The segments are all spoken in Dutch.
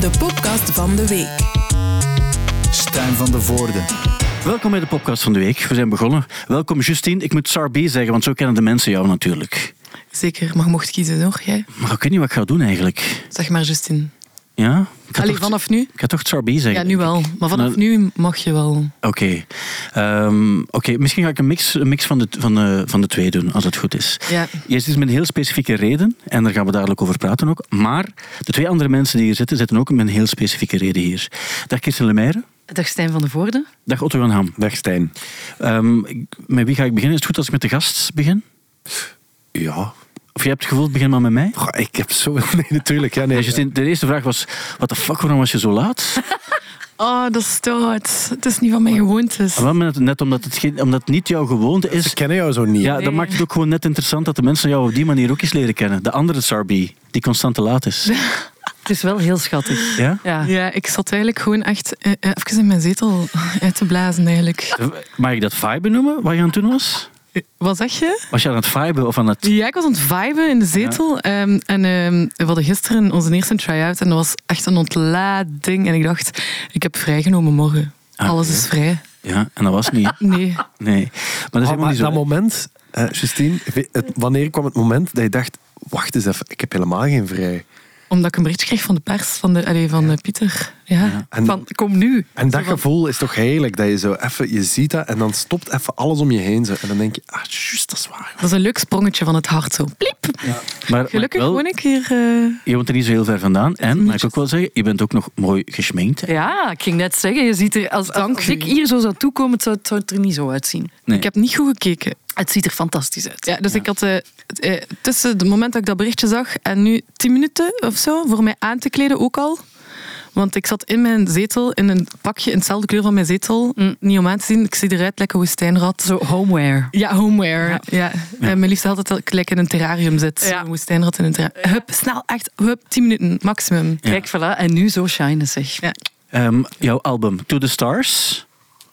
de podcast van de week. Stijn van de Voorde. Welkom bij de podcast van de week. We zijn begonnen. Welkom Justine. Ik moet Sarbi zeggen, want zo kennen de mensen jou natuurlijk. Zeker, maar je mocht kiezen hoor, jij. Maar ik weet niet wat ik ga doen eigenlijk. Zeg maar Justine. Ja? Ik ga Allee, toch- vanaf nu? Ik ga toch Sarbi zeggen. Ja, nu wel. Maar vanaf Nou- nu mag je wel. Oké. Ehm oké, Misschien ga ik een mix, een mix van, de, van, de, van de twee doen, als het goed is. Ja. Je zit met een heel specifieke reden, en daar gaan we dadelijk over praten ook. Maar de twee andere mensen die hier zitten, zitten ook met een heel specifieke reden hier. Dag Kirsten Lemaire. Dag Stijn van de Voorde. Dag Otto Jan Ham. Dag Stijn. Ehm, ik- met wie ga ik beginnen? Is het goed als ik met de gast begin? Ja. Of je hebt het gevoel, begin maar met mij? Goh, ik heb zo... Nee, natuurlijk. Ja, nee. Nee, Justine, de eerste vraag was: wat de fuck, waarom was je zo laat? Oh, dat is stout. Het is niet van mijn gewoontes. Wel, maar net- Net omdat het, geen- omdat het niet jouw gewoonte Ze is. kennen jou zo niet. Ja, dat maakt het ook gewoon net interessant dat de mensen jou op die manier ook eens leren kennen. De andere Sarbi, die constant te laat is. Het is wel heel schattig. Ja? Ja. Ja, ik zat eigenlijk gewoon echt eh, eh, even in mijn zetel eh, uit te blazen eigenlijk. Mag ik dat vibe noemen, wat je aan het doen was? Eh, Wat zeg je? Was je aan het viben of aan het... Ja, ik was aan het viben in de zetel. Ehm, en ehm, we hadden gisteren onze eerste try-out. En dat was echt een ontlading. En ik dacht, ik heb vrijgenomen morgen. Ah, Alles oké. is vrij. Ja, en dat was niet. Nee. Nee. Maar dat Oh, is helemaal maar niet zo. dat moment, eh, Justine, we- het- wanneer kwam het moment dat je dacht... Wacht eens even, ik heb helemaal geen vrij. Omdat ik een bericht kreeg van de pers, van, de, allee, van eh, Pieter. Ja. En- van, kom nu. En dat gevoel is toch heerlijk, dat je zo even... Je ziet dat en dan stopt even alles om je heen. Zo, en dan denk je, ah, juist, dat is waar. Dat is een leuk sprongetje van het hart zo. Pliep. Maar, maar Gelukkig wel, woon ik hier. eh, Je woont er niet zo heel ver vandaan. En, mag ik ook wel zeggen, je bent ook nog mooi gesminkt. Ja, ik ging net zeggen, je ziet er, als, als, Dank als u. ik hier zo zou toekomen, het zou, het zou het er niet zo uitzien. Nee. Ik heb niet goed gekeken. Het ziet er fantastisch uit. Ja, dus ik had eh, het, eh, tussen het moment dat ik dat berichtje zag en nu tien minuten of zo voor mij aan te kleden ook al. Want ik zat in mijn zetel, in een pakje in dezelfde kleur van mijn zetel. Niet om aan te zien, ik zie eruit lekker woestijnrat. Zo homeware. Ja, homeware. Ja. En mijn liefste had altijd dat ik lekker in een terrarium zit. Ja. Een woestijnrat in een terrarium. Hup, snel, echt, hup, tien minuten, maximum. Kijk, voilà. En nu zo shine, zeg. Ja. Ehm, jouw album To The Stars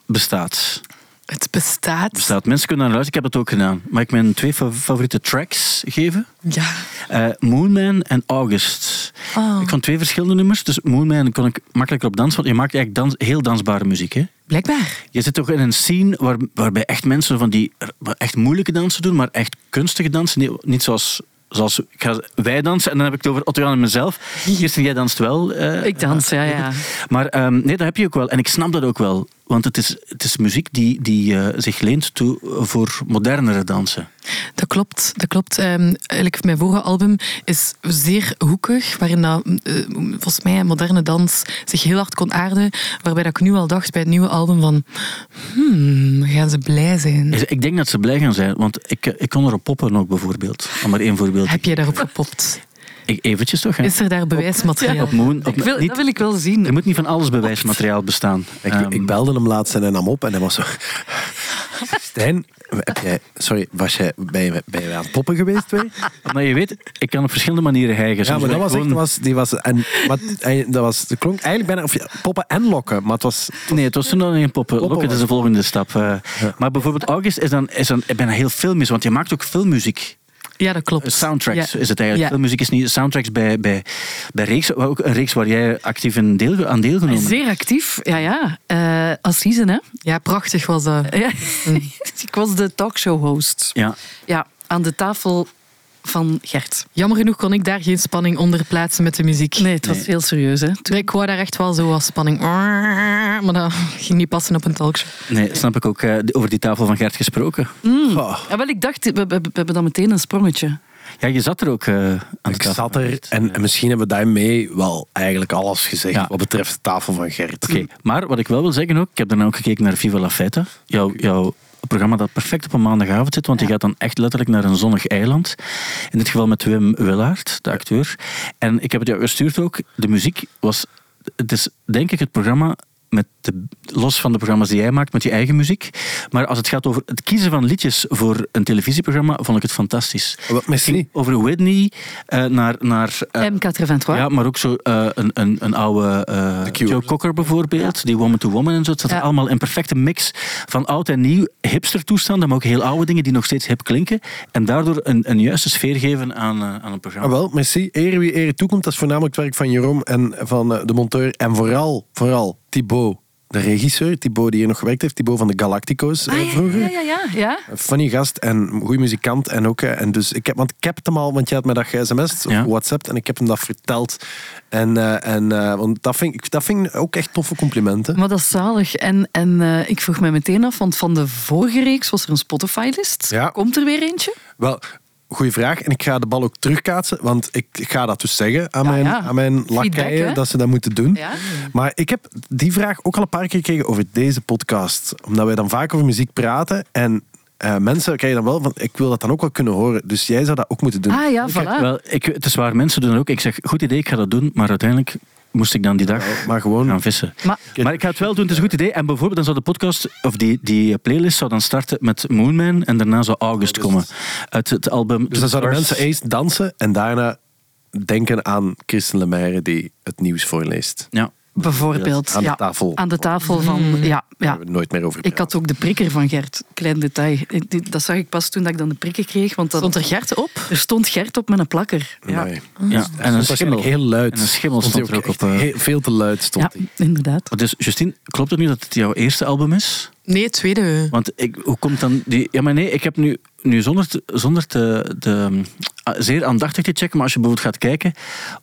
bestaat. Het bestaat. bestaat. Mensen kunnen naar luisteren. Ik heb dat ook gedaan. Mag ik mijn twee fa- favoriete tracks geven? Ja. Eh, Moonman en August. Oh. Ik vond twee verschillende nummers. Dus Moonman kon ik makkelijker op dansen. Want je maakt eigenlijk dans, heel dansbare muziek. Hè? Blijkbaar. Je zit toch in een scene waar, waarbij echt mensen van die r- echt moeilijke dansen doen, maar echt kunstige dansen. Nee, niet zoals, zoals ik ga- wij dansen. En dan heb ik het over Otto Jan en mezelf. Kirsten, jij danst wel. eh, Ik dans, ja, ja. maar ehm, nee, dat heb je ook wel. En ik snap dat ook wel. Want het is, het is muziek die, die eh, zich leent toe voor modernere dansen. Dat klopt, dat klopt. Ehm, eigenlijk mijn vorige album is zeer hoekig, waarin dat, eh, volgens mij moderne dans zich heel hard kon aarden. Waarbij dat ik nu al dacht bij het nieuwe album van, hmm, gaan ze blij zijn? Dus ik denk dat ze blij gaan zijn, want ik, eh, ik kon erop poppen ook bijvoorbeeld. Om maar één voorbeeld. Heb jij daarop gepopt? Ik, eventjes toch? Hè? Is er daar bewijsmateriaal? Op Moon. Op, Ik wil, niet- dat wil ik wel zien. er moet niet van alles bewijsmateriaal bestaan. Ik, Ehm, ik belde hem laatst en hij nam op en hij was zo... Stijn, heb jij, sorry, was jij, ben, je, ben je aan het poppen geweest, twee? Maar je weet, ik kan op verschillende manieren hijgen. Ja, Soms maar dat ben ik was echt, dat gewoon- was, die was, en, wat, en dat was, dat klonk eigenlijk bijna, of ja, poppen en lokken, maar het was, Nee, het was toen nog geen poppen. Poppen Lokken, dat is de volgende stap. eh. Maar bijvoorbeeld August is dan, is dan ik ben heel filmisch, want je maakt ook filmmuziek. Ja, dat klopt. Soundtracks Ja. is het eigenlijk. Ja. Filmmuziek is niet soundtracks bij, bij, bij reeks, waar ook een reeks waar jij actief in deel, aan deelgenomen hebt. Zeer actief, ja, ja. Eh Assisen, hè. Ja, prachtig was dat. Mm. Ja. ik was de talkshow-host. Ja. Ja, aan de tafel van Gert. Jammer genoeg kon ik daar geen spanning onder plaatsen met de muziek. Nee, het was heel serieus, hè. Toen- Ik wou daar echt wel zo als spanning. Maar dat ging niet passen op een talkshow. Nee, snap ik ook. eh, over die tafel van Gert gesproken. Mm. oh, Ja, Ah, wel, ik dacht, we, we- we hebben dan meteen een sprongetje. Ja, je zat er ook eh, aan de ik tafel. zat er. En, en misschien hebben we daarmee wel eigenlijk alles gezegd Ja. wat betreft de tafel van Gert. Hm. Oké, maar wat ik wel wil zeggen ook, ik heb daarna ook gekeken naar Viva La Feta. Jouw, jouw programma dat perfect op een maandagavond zit, want je gaat dan echt letterlijk naar een zonnig eiland. In dit geval met Wim Willaert, de acteur. En ik heb het jou gestuurd ook. De muziek was, het is denk ik het programma met de, los van de programma's die jij maakt met je eigen muziek. Maar als het gaat over het kiezen van liedjes voor een televisieprogramma, vond ik het fantastisch. Wat, merci. Het ging Over Whitney eh, naar... naar eh, M423. ja, maar ook zo eh, een, een, een oude eh, Cure. Joe Cocker bijvoorbeeld, die Woman to Woman en zo. Het zat Ja. er allemaal in perfecte mix van oud en nieuw, hipster toestanden, maar ook heel oude dingen die nog steeds hip klinken. En daardoor een, een juiste sfeer geven aan, eh, aan een programma. Ah, wel, merci. Eer wie eer toekomt, dat is voornamelijk het werk van Jeroen en van eh, de monteur. En vooral, vooral Thibaut, de regisseur. Thibaut die hier nog gewerkt heeft. Thibaut van de Galactico's eh, Ah, ja, vroeger. ja, ja, ja, ja. Een Funny gast en goede muzikant. En ook, eh, en dus ik heb, want ik heb het hem al, want jij had mij dat ge-sms'd, of Ja. WhatsApp, en ik heb hem dat verteld. En, eh, en eh, want dat vind, ik, dat vind ik ook echt toffe complimenten. Maar dat is zalig. En, en eh, ik vroeg mij meteen af, want van de vorige reeks was er een Spotify-list. Ja. Komt er weer eentje? Wel, goede vraag. En ik ga de bal ook terugkaatsen, want ik ga dat dus zeggen aan Ja, mijn, ja. Aan mijn Feedback, lakijen, hè? dat ze dat moeten doen. Ja. Maar ik heb die vraag ook al een paar keer gekregen over deze podcast. Omdat wij dan vaak over muziek praten en eh, mensen krijgen dan wel van, ik wil dat dan ook wel kunnen horen. Dus jij zou dat ook moeten doen. Dus Ah ja, Ik heb- voilà. Wel, ik, het is waar, mensen doen dat ook. Ik zeg, goed idee, ik ga dat doen. Maar uiteindelijk moest ik dan die dag Ja, maar gewoon- gaan vissen. Maar- maar ik ga het wel doen, het is een goed idee. En bijvoorbeeld, dan zou de podcast, of die, die playlist zou dan starten met Moonman. En daarna zou August komen. Uit het album... Dus dan zouden Stars. mensen eerst dansen en daarna denken aan Kirsten Lemaire die het nieuws voorleest. Ja. Bijvoorbeeld. Aan de ja. tafel. Aan de tafel van... Ja, Daar ja. hebben we nooit meer over Ik had ook de prikker van Gert. Klein detail. Ik- dit- Dat zag ik pas toen dat ik dan de prikker kreeg. Want dat, Stond er Gert op? er stond Gert op met een plakker. ja. Ja, ja. En een schimmel. Heel luid. En een schimmel hij stond er ook echt op, eh. heel- veel te luid stond ja hij. inderdaad. Dus Justine, klopt het nu dat het jouw eerste album is? Nee, tweede. Want ik, hoe komt dan die... Ja, maar nee, ik heb nu, nu zonder, te- zonder te, de, zeer aandachtig te checken, maar als je bijvoorbeeld gaat kijken,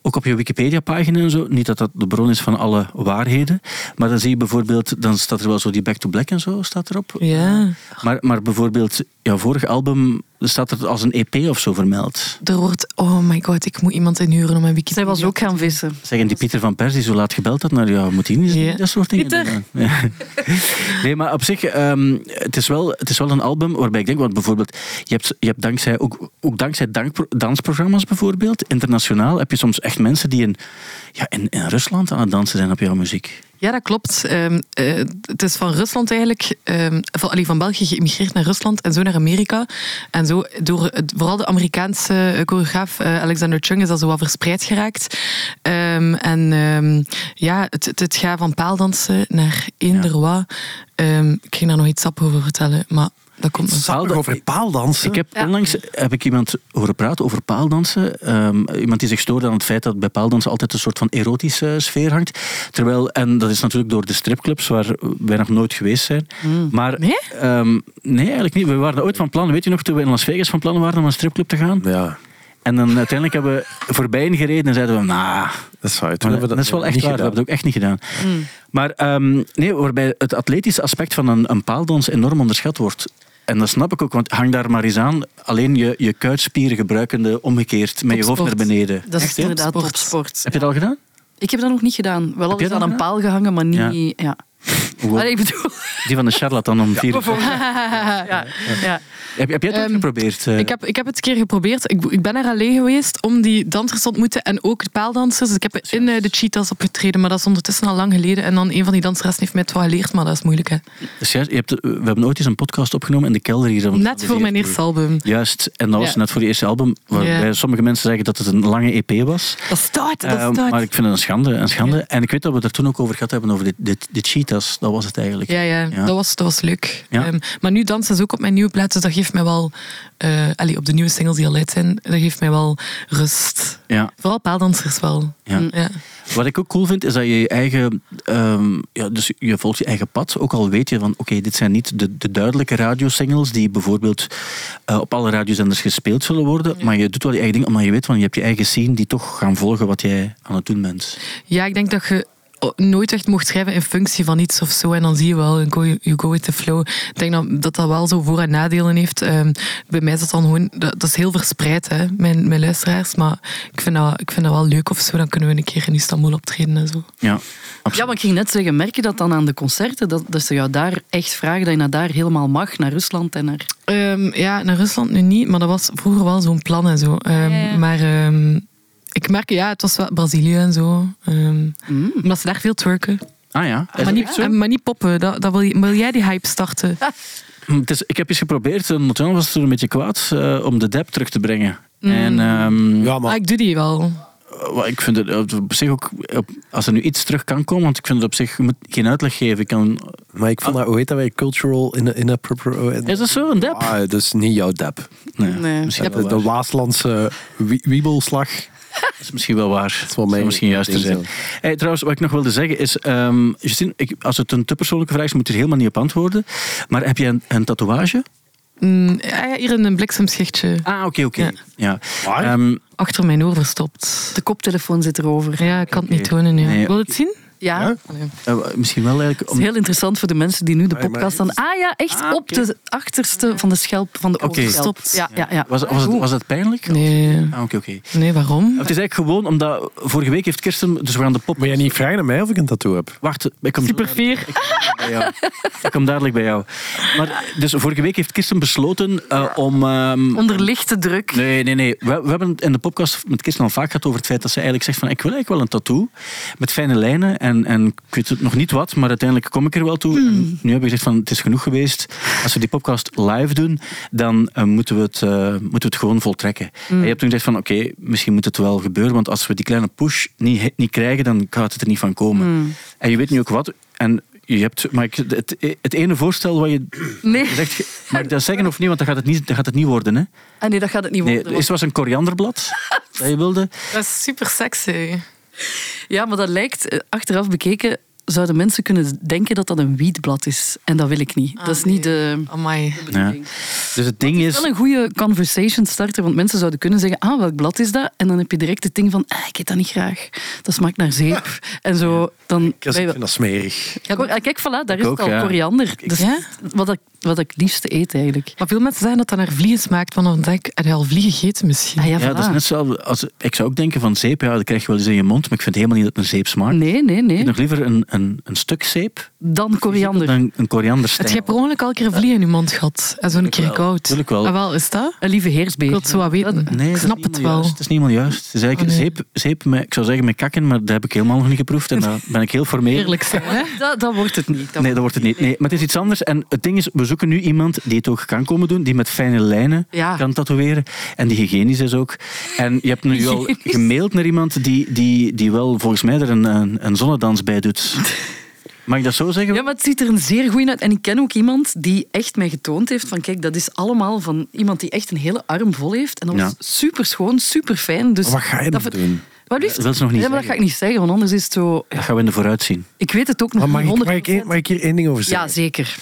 ook op je Wikipedia-pagina en zo, niet dat dat de bron is van alle waarheden, maar dan zie je bijvoorbeeld, dan staat er wel zo die Back to Black en zo, staat erop. Ja. Maar, maar bijvoorbeeld, jouw vorige album staat er als een EP of zo vermeld. Er wordt... Oh my god, ik moet iemand inhuren om mijn wiki Zij was ook gaan vissen. Zeggen die Pieter van Pers die zo laat gebeld had naar jou, moet hij niet Ja. dat soort dingen Pieter! doen, hè? Ja. Nee, maar op zich, ehm, het, is wel, het is wel een album waarbij ik denk, want bijvoorbeeld, je hebt, je hebt dankzij, ook, ook dankzij dankpro- dansprogramma's bijvoorbeeld, internationaal, heb je soms echt mensen die in, ja, in, in Rusland aan het dansen zijn op jouw muziek. Ja, dat klopt. Ehm, eh, het is van Rusland eigenlijk, ehm, van, allee, van België geïmigreerd naar Rusland en zo naar Amerika. En zo door het- vooral de Amerikaanse eh, choreograaf eh, Alexander Chung is dat zo wat verspreid geraakt. Ehm, en ehm, ja, het, het, het gaat van paaldansen naar eender wat. Ehm, ik ging daar nog iets sap over vertellen, maar dat komt nog. Sappig Paalda- over paaldansen. Ik heb onlangs heb ik iemand horen praten over paaldansen. Ehm, iemand die zich stoorde aan het feit dat bij paaldansen altijd een soort van erotische sfeer hangt. Terwijl, en dat is natuurlijk door de stripclubs waar wij nog nooit geweest zijn. Maar Nee? ehm, nee, eigenlijk niet. We waren ooit van plan, weet je nog, toen we in Las Vegas van plan waren om naar een stripclub te gaan. Ja, En dan uiteindelijk hebben we voorbij gereden en zeiden we, nou, dat is waar. Toen maar hebben we dat, is wel echt niet waar, we gedaan. hebben het ook echt niet gedaan. Hmm. Maar ehm, nee, waarbij het atletische aspect van een, een paaldans enorm onderschat wordt. En dat snap ik ook, want hang daar maar eens aan. Alleen je, je kuitspieren gebruikende omgekeerd met je hoofd naar Topsport. beneden. Dat is Echt, hè? inderdaad Sport. topsport. Heb je dat al gedaan? Ik heb dat nog niet gedaan. Wel al je is dat aan een gedaan? paal gehangen, maar Ja. niet... Ja. Hoe- Allee, ik bedoel... Die van de charlatan om vier uur. ja, ja. Heb, heb jij dat Ehm, geprobeerd? eh? Ik heb, ik heb het een keer geprobeerd. Ik, ik ben er alleen geweest om die dansers te ontmoeten en ook de paaldansers. Dus ik heb in eh, de cheetahs opgetreden, maar dat is ondertussen al lang geleden. En dan een van die danseressen heeft mij het wel geleerd, maar dat is moeilijk. Hè. Dus jij- je hebt, we hebben ooit eens een podcast opgenomen in de kelder hier. van- Net voor mijn eerste album. Juist, en dat was Ja. net voor je eerste album. Waarbij Ja. sommige mensen zeggen dat het een lange EP was. Dat staat, dat Ehm, staat. maar ik vind het een schande. Een schande. En ik weet dat we het er toen ook over gehad hebben, over de, de, de cheetahs. Dat was het eigenlijk. Ja, ja, Ja. Dat, was, dat was leuk. Ja. Ehm, maar nu dansen ze ook op mijn nieuwe plaat, dus dat geeft mij wel... eh, allee, op de nieuwe singles die al uit zijn, dat geeft mij wel rust. Ja. Vooral paaldansers wel. Ja. Ja. Wat ik ook cool vind, is dat je je eigen... ehm, ja, dus je volgt je eigen pad. Ook al weet je van, oké, dit zijn niet de, de duidelijke radiosingles die bijvoorbeeld eh, op alle radiozenders gespeeld zullen worden. Maar je doet wel je eigen ding, omdat je weet van, je hebt je eigen scene die toch gaan volgen wat jij aan het doen bent. Ja, ik denk dat je nooit echt mocht schrijven in functie van iets of zo. En dan zie je wel, een go, you go with the flow. Ik denk dat dat, dat wel zo voor- en nadelen heeft. Ehm, bij mij is dat dan gewoon... Dat, dat is heel verspreid, hè, mijn, mijn luisteraars. Maar ik vind, dat, ik vind dat wel leuk of zo. Dan kunnen we een keer in Istanbul optreden en zo. Ja, ja, absoluut. maar ik ging net zeggen, merk je dat dan aan de concerten? Dat, dat ze jou daar echt vragen dat je naar daar helemaal mag, naar Rusland en naar... Ehm, ja, naar Rusland nu niet, maar dat was vroeger wel zo'n plan en zo. Ehm, Ja, ja. Maar ehm, ik merk, ja, het was wel Brazilië en zo. Ehm Mm. Omdat ze daar veel twerken. Ah ja. Is- Maar niet, eh, ehm, maar niet poppen, dat, dat wil, je- wil jij die hype starten? Hm, het is, ik heb eens geprobeerd, en Motel was er een beetje kwaad, eh, om de dep terug te brengen. Mm. En ehm, Ja, Ah, maar ik doe die wel. wat Eh, ik vind het op zich ook, eh, op- als er nu iets terug kan komen, want ik vind het op zich, je moet geen uitleg geven. Ik kan, Maar ik vond dat, hoe heet dat wij? Cultural in, in a Ah. oh, is dat zo, een dep? Ah, dat is niet jouw dep. nee, nee. nou Misschien, De, wel de waar. Waaslandse wie- wiebelslag. Dat is misschien wel waar. Dat is wel mijn zou misschien juist te ding zijn. Hey, trouwens, wat ik nog wilde zeggen is, ehm, Justine, ik, als het een te persoonlijke vraag is, moet je er helemaal niet op antwoorden. Maar heb jij een, een tatoeage? Mm, ah ja, hier een bliksemschichtje Ah, oké, oké. Ja. Ja. Waar? Ehm, achter mijn oor verstopt. De koptelefoon zit erover. Ja, ik kan het niet Oké. tonen nu. Nee, Wil je het zien? Ja, Ja? het eh, misschien wel eigenlijk... is Om... heel interessant voor de mensen die nu de maar- podcast aan... Ah ja, echt Ah, op oké. de achterste van de schelp van de Oké. oorschelp. Stopt. Ja, ja, ja. Was, was, het, was dat pijnlijk? Nee, Ah, oké, oké. nee waarom? Het is eigenlijk gewoon omdat vorige week heeft Kirsten, dus we gaan de pop. Wil jij niet vragen aan mij of ik een tattoo heb? Wacht, ik kom zo Super dadelijk veer. bij jou. Ik kom dadelijk bij jou. Maar, dus vorige week heeft Kirsten besloten eh, om. ehm, Onder lichte druk. Nee, nee, nee. We, we hebben het in de podcast met Kirsten al vaak gehad over het feit dat ze eigenlijk zegt van ik wil eigenlijk wel een tattoo met fijne lijnen en, en ik weet het nog niet wat, maar uiteindelijk kom ik er wel toe. En Nu heb ik gezegd van het is genoeg geweest. Als we die podcast live doen, dan eh, moeten, we het, eh, moeten we het gewoon voltrekken. En je hebt toen gezegd van oké, misschien moet het wel gebeuren, want als we die kleine push niet, he- niet krijgen, dan gaat het er niet van komen. En je weet nu ook wat. En je hebt, maar ik, het, het ene voorstel wat je Nee. zegt, mag ik dat zeggen of niet? Want dan gaat het niet, dan gaat het niet worden, hè? Ah, nee, dat gaat het niet Nee, worden. want- het was een korianderblad dat je wilde. Dat is super sexy. Ja, maar dat lijkt, eh, achteraf bekeken, zouden mensen kunnen denken dat dat een wietblad is. En dat wil ik niet. Ah, dat is niet de... Amai. Ja. Dus het ding Wel is... een goede conversation starter, want mensen zouden kunnen zeggen, ah, welk blad is dat? En dan heb je direct het ding van, ah, ik eet dat niet graag. Dat smaakt naar zeep. En zo, dan... Ik wij- vind dat smerig. Cor- ah, Kijk, voilà, daar is ook, het al, ja. koriander. Dus Ja? wat, ik, wat ik het liefste eet, eigenlijk. Maar veel mensen zeggen dat dat naar vliegen smaakt, want dan denk ik, heb je al vliegen gegeten misschien? Ah, ja, Ja, dat is voilà. net hetzelfde als... Ik zou ook denken van zeep, ja, dat krijg je wel eens in je mond, maar ik vind helemaal niet dat het een zeep smaakt. Nee, nee, Ik nee. heb nog liever een, een, een stuk zeep Dan koriander. dan een korianderstengel. Het je hebt per ongeluk al een keer een vlieg in je mond gehad. En zo'n keer wel. koud. Tuurlijk wel. Ah, wel, is dat? Een lieve heersbeer. Ik wil het zo wat weten. Nee, ik dat is snap niet het helemaal wel. juist. Het is niet helemaal juist. Het is eigenlijk Oh, nee. zeep, zeep met, ik zou zeggen met kakken, maar dat heb ik helemaal nog niet geproefd. En daar ben ik heel formeel. Eerlijk zijn, hè? Dat, dat wordt het niet. Dat Nee, dat wordt het niet. Nee, maar het is iets anders. En het ding is, we zoeken nu iemand die het ook kan komen doen, die met fijne lijnen Ja. kan tatoeëren. En die hygiënisch is ook. En je hebt nu al gemaild naar iemand die, die, die wel volgens mij er een, een, een zonnedans bij doet. Mag ik dat zo zeggen? Ja, maar het ziet er een zeer goed uit. En ik ken ook iemand die echt mij getoond heeft van kijk, dat is allemaal van iemand die echt een hele arm vol heeft. En dat was Ja. super schoon, super fijn. Dus Maar wat ga je dat dan ver- doen? Wat liefst? Dat wil ze nog niet Ja, maar dat zeggen. ga ik niet zeggen, want anders is het zo... Dat gaan we in de vooruitzien. Ik weet het ook nog Maar mag niet ik, 100%. mag, ik, één- mag ik hier één ding over Ja, zeggen? zeker.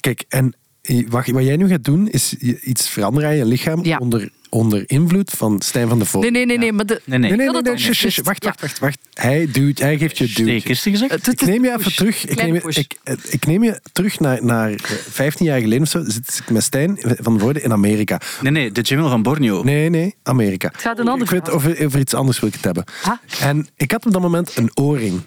Kijk, en i- wat, wat jij nu gaat doen, is je- iets veranderen aan je lichaam Ja. onder, onder invloed van Stijn van de Voort. Nee, nee, nee, nee. Maar de... Nee, Nee, nee. nee, Ik nee, wil nee, dat shush, dan shush, eerst. wacht, Ja. wacht, wacht, wacht. Hij duwt, hij geeft je Nee, duwt. Kirsten gezegd? Het- het- Ik neem je push. even terug. Ik Kleine neem je, push. ik, eh, ik neem je terug naar, naar eh, 15 jaar geleden of zo. Zit ik met Stijn van de Voorde in Amerika. Nee, nee, de Jamil van Borneo. Nee, nee, Amerika. Het gaat een ander Ik weet verhaal. over, over iets anders wil ik het hebben. Ah. En ik had op dat moment een oorring.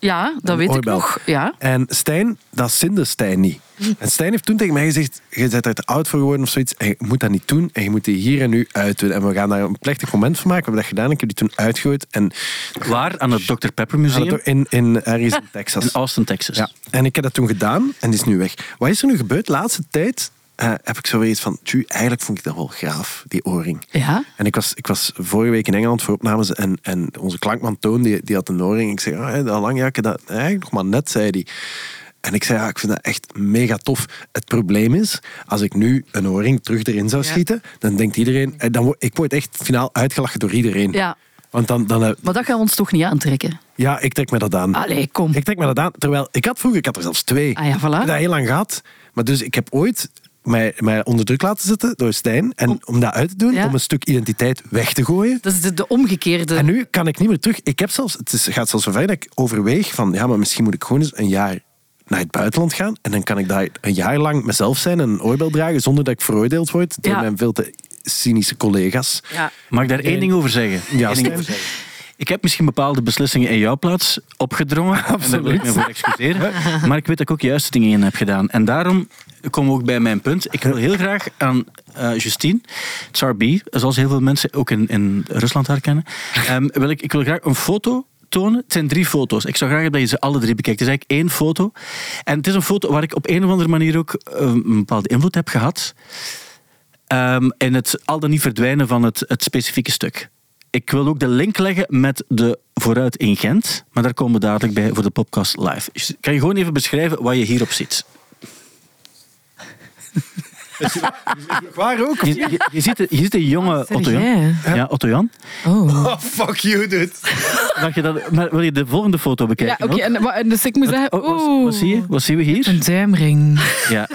Ja, dat Een weet ik oorbel. nog. Ja. Hm. En Stijn, dat zinde Stijn niet. En Stijn heeft toen tegen mij gezegd, je bent er te oud voor geworden of zoiets. En je moet dat niet doen en je moet die hier en nu uitdoen. En we gaan daar een plechtig moment van maken. We hebben dat gedaan. Ik heb die toen uitgegooid. En Waar? Aan het Dr. Pepper Museum in, in, ergens in in Texas. Austin, Texas. Dus Ja. En ik heb dat toen gedaan en die is nu weg. Wat is er nu gebeurd? De laatste tijd eh, heb ik zo weer iets van, tju, eigenlijk vond ik dat wel graaf, die oorring. Ja. En ik was, ik was vorige week in Engeland voor opnames en, en onze klankman Toon, die, die had een oorring. Ik zei, ah, hè, dat lang, ja, ik heb dat eigenlijk nog maar net, zei hij. En ik zei, ja, ik vind dat echt mega tof. Het probleem is, als ik nu een oorring terug erin zou schieten, dan denkt iedereen, eh, dan word, ik word echt finaal uitgelachen door iedereen. Ja. Want dan, dan, eh, Maar dat gaan we ons toch niet aantrekken. ja, ik trek me dat aan. Allee, kom. Ik trek me dat aan. Terwijl, ik had vroeger, ik had er zelfs twee. Ah ja, voilà. Ik heb dat heel lang gehad. Maar dus ik heb ooit mij, mij onder druk laten zetten door Stijn. En om, dat uit te doen, Ja. om een stuk identiteit weg te gooien. Dat is de, de omgekeerde... En nu kan ik niet meer terug. Ik heb zelfs, het is, gaat zelfs zover dat ik overweeg van, ja, maar misschien moet ik gewoon eens een jaar naar het buitenland gaan. En dan kan ik daar een jaar lang mezelf zijn en een oorbel dragen zonder dat ik veroordeeld word door Ja. mijn veel te cynische collega's. Ja. Mag ik daar één ding over zeggen? Ja, Eén ding Stijn. over zeggen. Ik heb misschien bepaalde beslissingen in jouw plaats opgedrongen. En daar wil ik me voor excuseren. Maar ik weet dat ik ook juiste dingen in heb gedaan. En daarom komen we ook bij mijn punt. Ik wil heel graag aan eh, Justine, Tsar B, zoals heel veel mensen ook in, in Rusland herkennen, ehm, wil ik, ik wil graag een foto tonen. Het zijn drie foto's. Ik zou graag dat je ze alle drie bekijkt. Het is eigenlijk één foto. En het is een foto waar ik op een of andere manier ook eh, een bepaalde invloed heb gehad. Ehm, en het al dan niet verdwijnen van het, het specifieke stuk. Ik wil ook de link leggen met de vooruit in Gent. Maar daar komen we dadelijk bij voor de podcast live. Dus kan je gewoon even beschrijven wat je hierop ziet? Waar ook? Je, je, je ziet, een- je ziet een jonge zeg Otto Jan. jij? Ja, Otto Jan. Oh. Oh, fuck you, dude. Mag je dat, maar wil je de volgende foto Ja, bekijken? Oh, oké. ook? en- maar- en dus ik moet zeggen... Wat- wat- oeh, wat, zie je? wat zien we hier? Een duimring. Ja.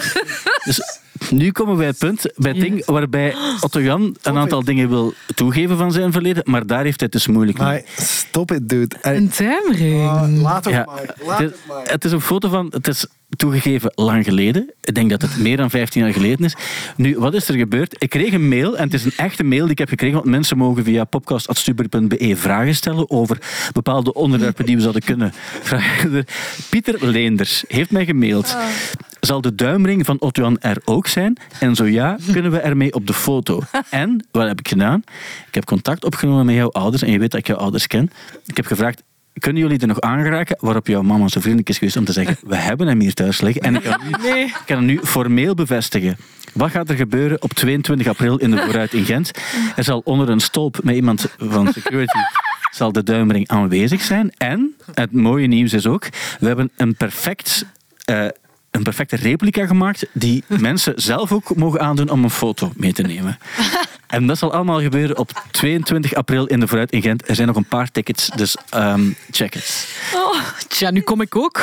Dus nu komen we bij het punt, bij het ding waarbij Otto Jan een aantal dingen wil toegeven van zijn verleden, maar daar heeft hij het dus moeilijk mee. Maar stop it, dude. En- Een duimring. Ah, laat het Ja. maar. Laat Het, het, is- maar. het is een foto van, het is toegegeven lang geleden. Ik denk dat het meer dan 15 jaar geleden is. Nu, wat is er gebeurd? Ik kreeg een mail, en het is een echte mail die ik heb gekregen, want mensen mogen via podcast.stuber.be vragen stellen over bepaalde onderwerpen die we zouden kunnen vragen. Pieter Leenders heeft mij gemaild. Zal de duimring van Otto-Jan er ook zijn? En zo ja, kunnen we ermee op de foto? En, wat heb ik gedaan? Ik heb contact opgenomen met jouw ouders, en je weet dat ik jouw ouders ken. Ik heb gevraagd, kunnen jullie er nog aangeraken? Waarop jouw mama zo vriendelijk is geweest om te zeggen: We hebben hem hier thuis liggen. En ik kan, nu, ik kan hem nu formeel bevestigen. Wat gaat er gebeuren op 22 april in de Vooruit in Gent? Er zal onder een stolp met iemand van security. zal de duimring aanwezig zijn. En het mooie nieuws is ook: we hebben een perfect. eh, een perfecte replica gemaakt die mensen zelf ook mogen aandoen om een foto mee te nemen. En dat zal allemaal gebeuren op 22 april in de Vooruit in Gent. Er zijn nog een paar tickets, dus ehm, check het. Tja, nu kom ik ook.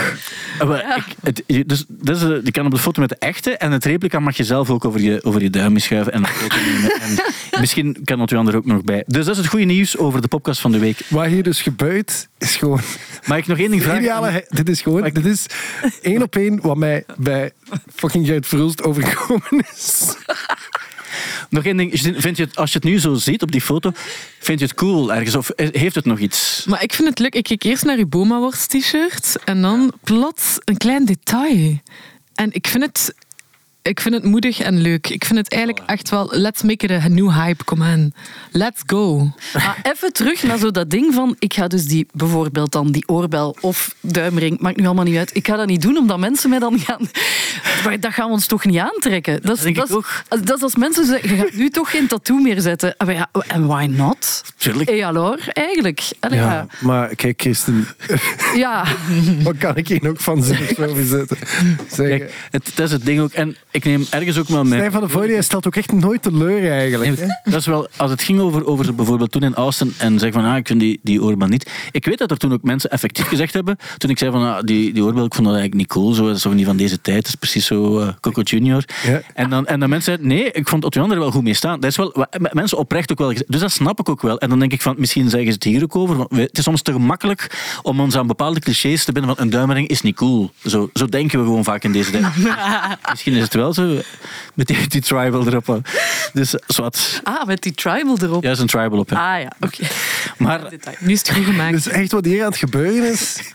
Eh, wel, ik- het- je- dus, dus, eh, je kan op de foto met de echte en het replica mag je zelf ook over je, over je duim schuiven en een foto nemen. En misschien kan Otto Jan er ook nog bij. Dus dat is het goede nieuws over de podcast van de week. Wat hier dus gebeurt, is gewoon... Mag ik nog één ding Het vragen? ideale, he- dit is gewoon... Dit is één op één wat mij bij fucking Gert Verhulst overkomen is. Nog één ding. Justine, Vind je het, als je het nu zo ziet op die foto, vind je het cool ergens? Of eh, heeft het nog iets? Maar ik vind het leuk. Ik keek eerst naar uw Boma-worst-t-shirt en dan plots een klein detail. En ik vind het... Ik vind het moedig en leuk. Ik vind het eigenlijk echt wel... Let's make it a new hype. Come on. Let's go. Maar even terug naar zo dat ding van... Ik ga dus die, bijvoorbeeld dan die oorbel of duimring, maakt nu allemaal niet uit. Ik ga dat niet doen, omdat mensen mij dan gaan... Maar dat gaan we ons toch niet aantrekken? Dat is, denk ik dat is, dat is als mensen zeggen, je gaat nu toch geen tattoo meer zetten. Ah, maar ja, En why not? Tuurlijk. Eh, alors, eigenlijk. Allee, ja. maar kijk, Kirsten, ja. wat kan ik hier nog van zichzelf zetten? Kijk, het, dat is het ding ook. En ik neem ergens ook wel mee. Stijn van de Voorde stelt ook echt nooit teleur eigenlijk. Nee, maar dat is wel, als het ging over, over bijvoorbeeld toen in Austin en zeg van, ah, ik vind die, die oorbel niet. Ik weet dat er toen ook mensen effectief gezegd hebben, toen ik zei van, ah, die, die oorbel, ik vond dat eigenlijk niet cool, zo, dat is toch niet van deze tijd, dat is precies zo eh, Coco Junior. Ja. En, dan, en dan mensen zeiden, nee, ik vond Otto Jan er wel goed mee staan. Dat is wel, wat- m- mensen oprecht ook wel gezegd. Dus dat snap ik ook wel. En dan denk ik van, misschien zeggen ze het hier ook over, want we- het is soms te gemakkelijk om ons aan bepaalde clichés te binden van, een duimering is niet cool. Zo, zo denken we gewoon vaak in deze tijd. Misschien is het wel zo, met die, die tribal erop. eh. Dus, zwart. Ah, met die tribal erop. Ja, dat is een tribal op. hè. Ah ja, oké. maar Detail. Nu is het goed gemaakt. Dus echt wat hier aan het gebeuren is,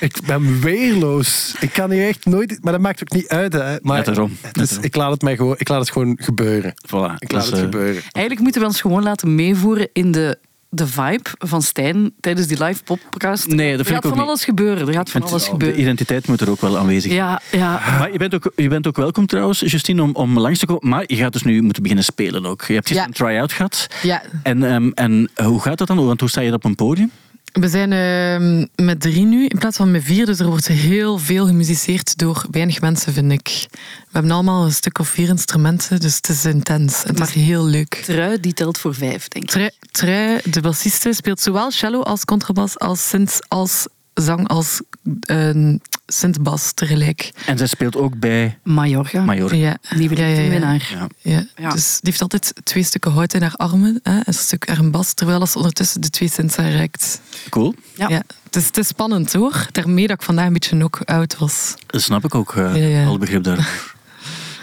ik ben weerloos. Ik kan hier echt nooit... Maar dat maakt ook niet uit, hè. Maar Ja, daarom. het Ja, is- daarom. ik, laat het mij gewoon, ik laat het gewoon gebeuren. voilà. Ik laat dat het is, eh, gebeuren. Eigenlijk moeten we ons gewoon laten meevoeren in de, de vibe van Stijn tijdens die live podcast. Nee, dat er vind gaat ik ook van niet. alles gebeuren. Er gaat van vind- alles de gebeuren. identiteit moet er ook wel aanwezig zijn. Ja, ja. Maar je bent, ook, je bent ook welkom trouwens, Justine, om, om langs te komen. Maar je gaat dus nu moeten beginnen spelen ook. Je hebt gisteren Ja. een try-out gehad. Ja, En, ehm, en hoe gaat dat dan? Want hoe sta je op een podium? we zijn ehm, met drie nu in plaats van met vier. Dus er wordt heel veel gemusiceerd door weinig mensen, vind ik. We hebben allemaal een stuk of vier instrumenten. Dus het is intens. En het is heel leuk. Trui, die telt voor vijf, denk ik. Trui, Trui, de bassiste, speelt zowel cello als contrabas als synth als zang als eh, synthbas tegelijk. En zij speelt ook bij Majorga. Major. Ja. Nieuwe Ja, ja, ja. winnaar. Ja. Ja. Ja. Dus die heeft altijd twee stukken hout in haar armen, hè, een stuk en een bas, terwijl ze ondertussen de twee synths reikt. Cool. Ja. Ja. Het, is, het is spannend hoor, daarmee dat ik vandaag een beetje knock-out was. Dat snap ik ook. eh, Ja, ja. Alle begrip daarover.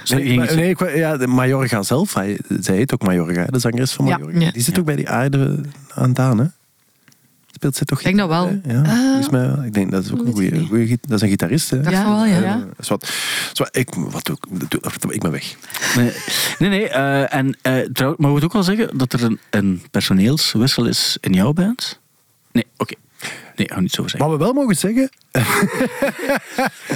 Zeg, je Nee, ging maar- iets- nee, ik wou- ja, de Majorga zelf, hij, zij heet ook Majorga, hè, de zangeres van Ja. Majorga. Ja. Die zit ook bij die aarde aan Daan, hè? Speelt ze toch? denk dat wel. Ah. gitaar, hè? Ja, volgens mij wel. Ik denk dat is ook een goede, dat is een gitarist. Hè? Dacht Ja. van wel, ja. Ja. Dat is wat, dat is wat, ik, wat doe ik? Doe- Ik ben weg. Nee, nee. nee eh, en, eh, trouw, maar ik moet ook wel zeggen dat er een, een personeelswissel is in jouw band? Nee, oké. Nee, ik ga niet zo zeggen. Wat we wel mogen zeggen,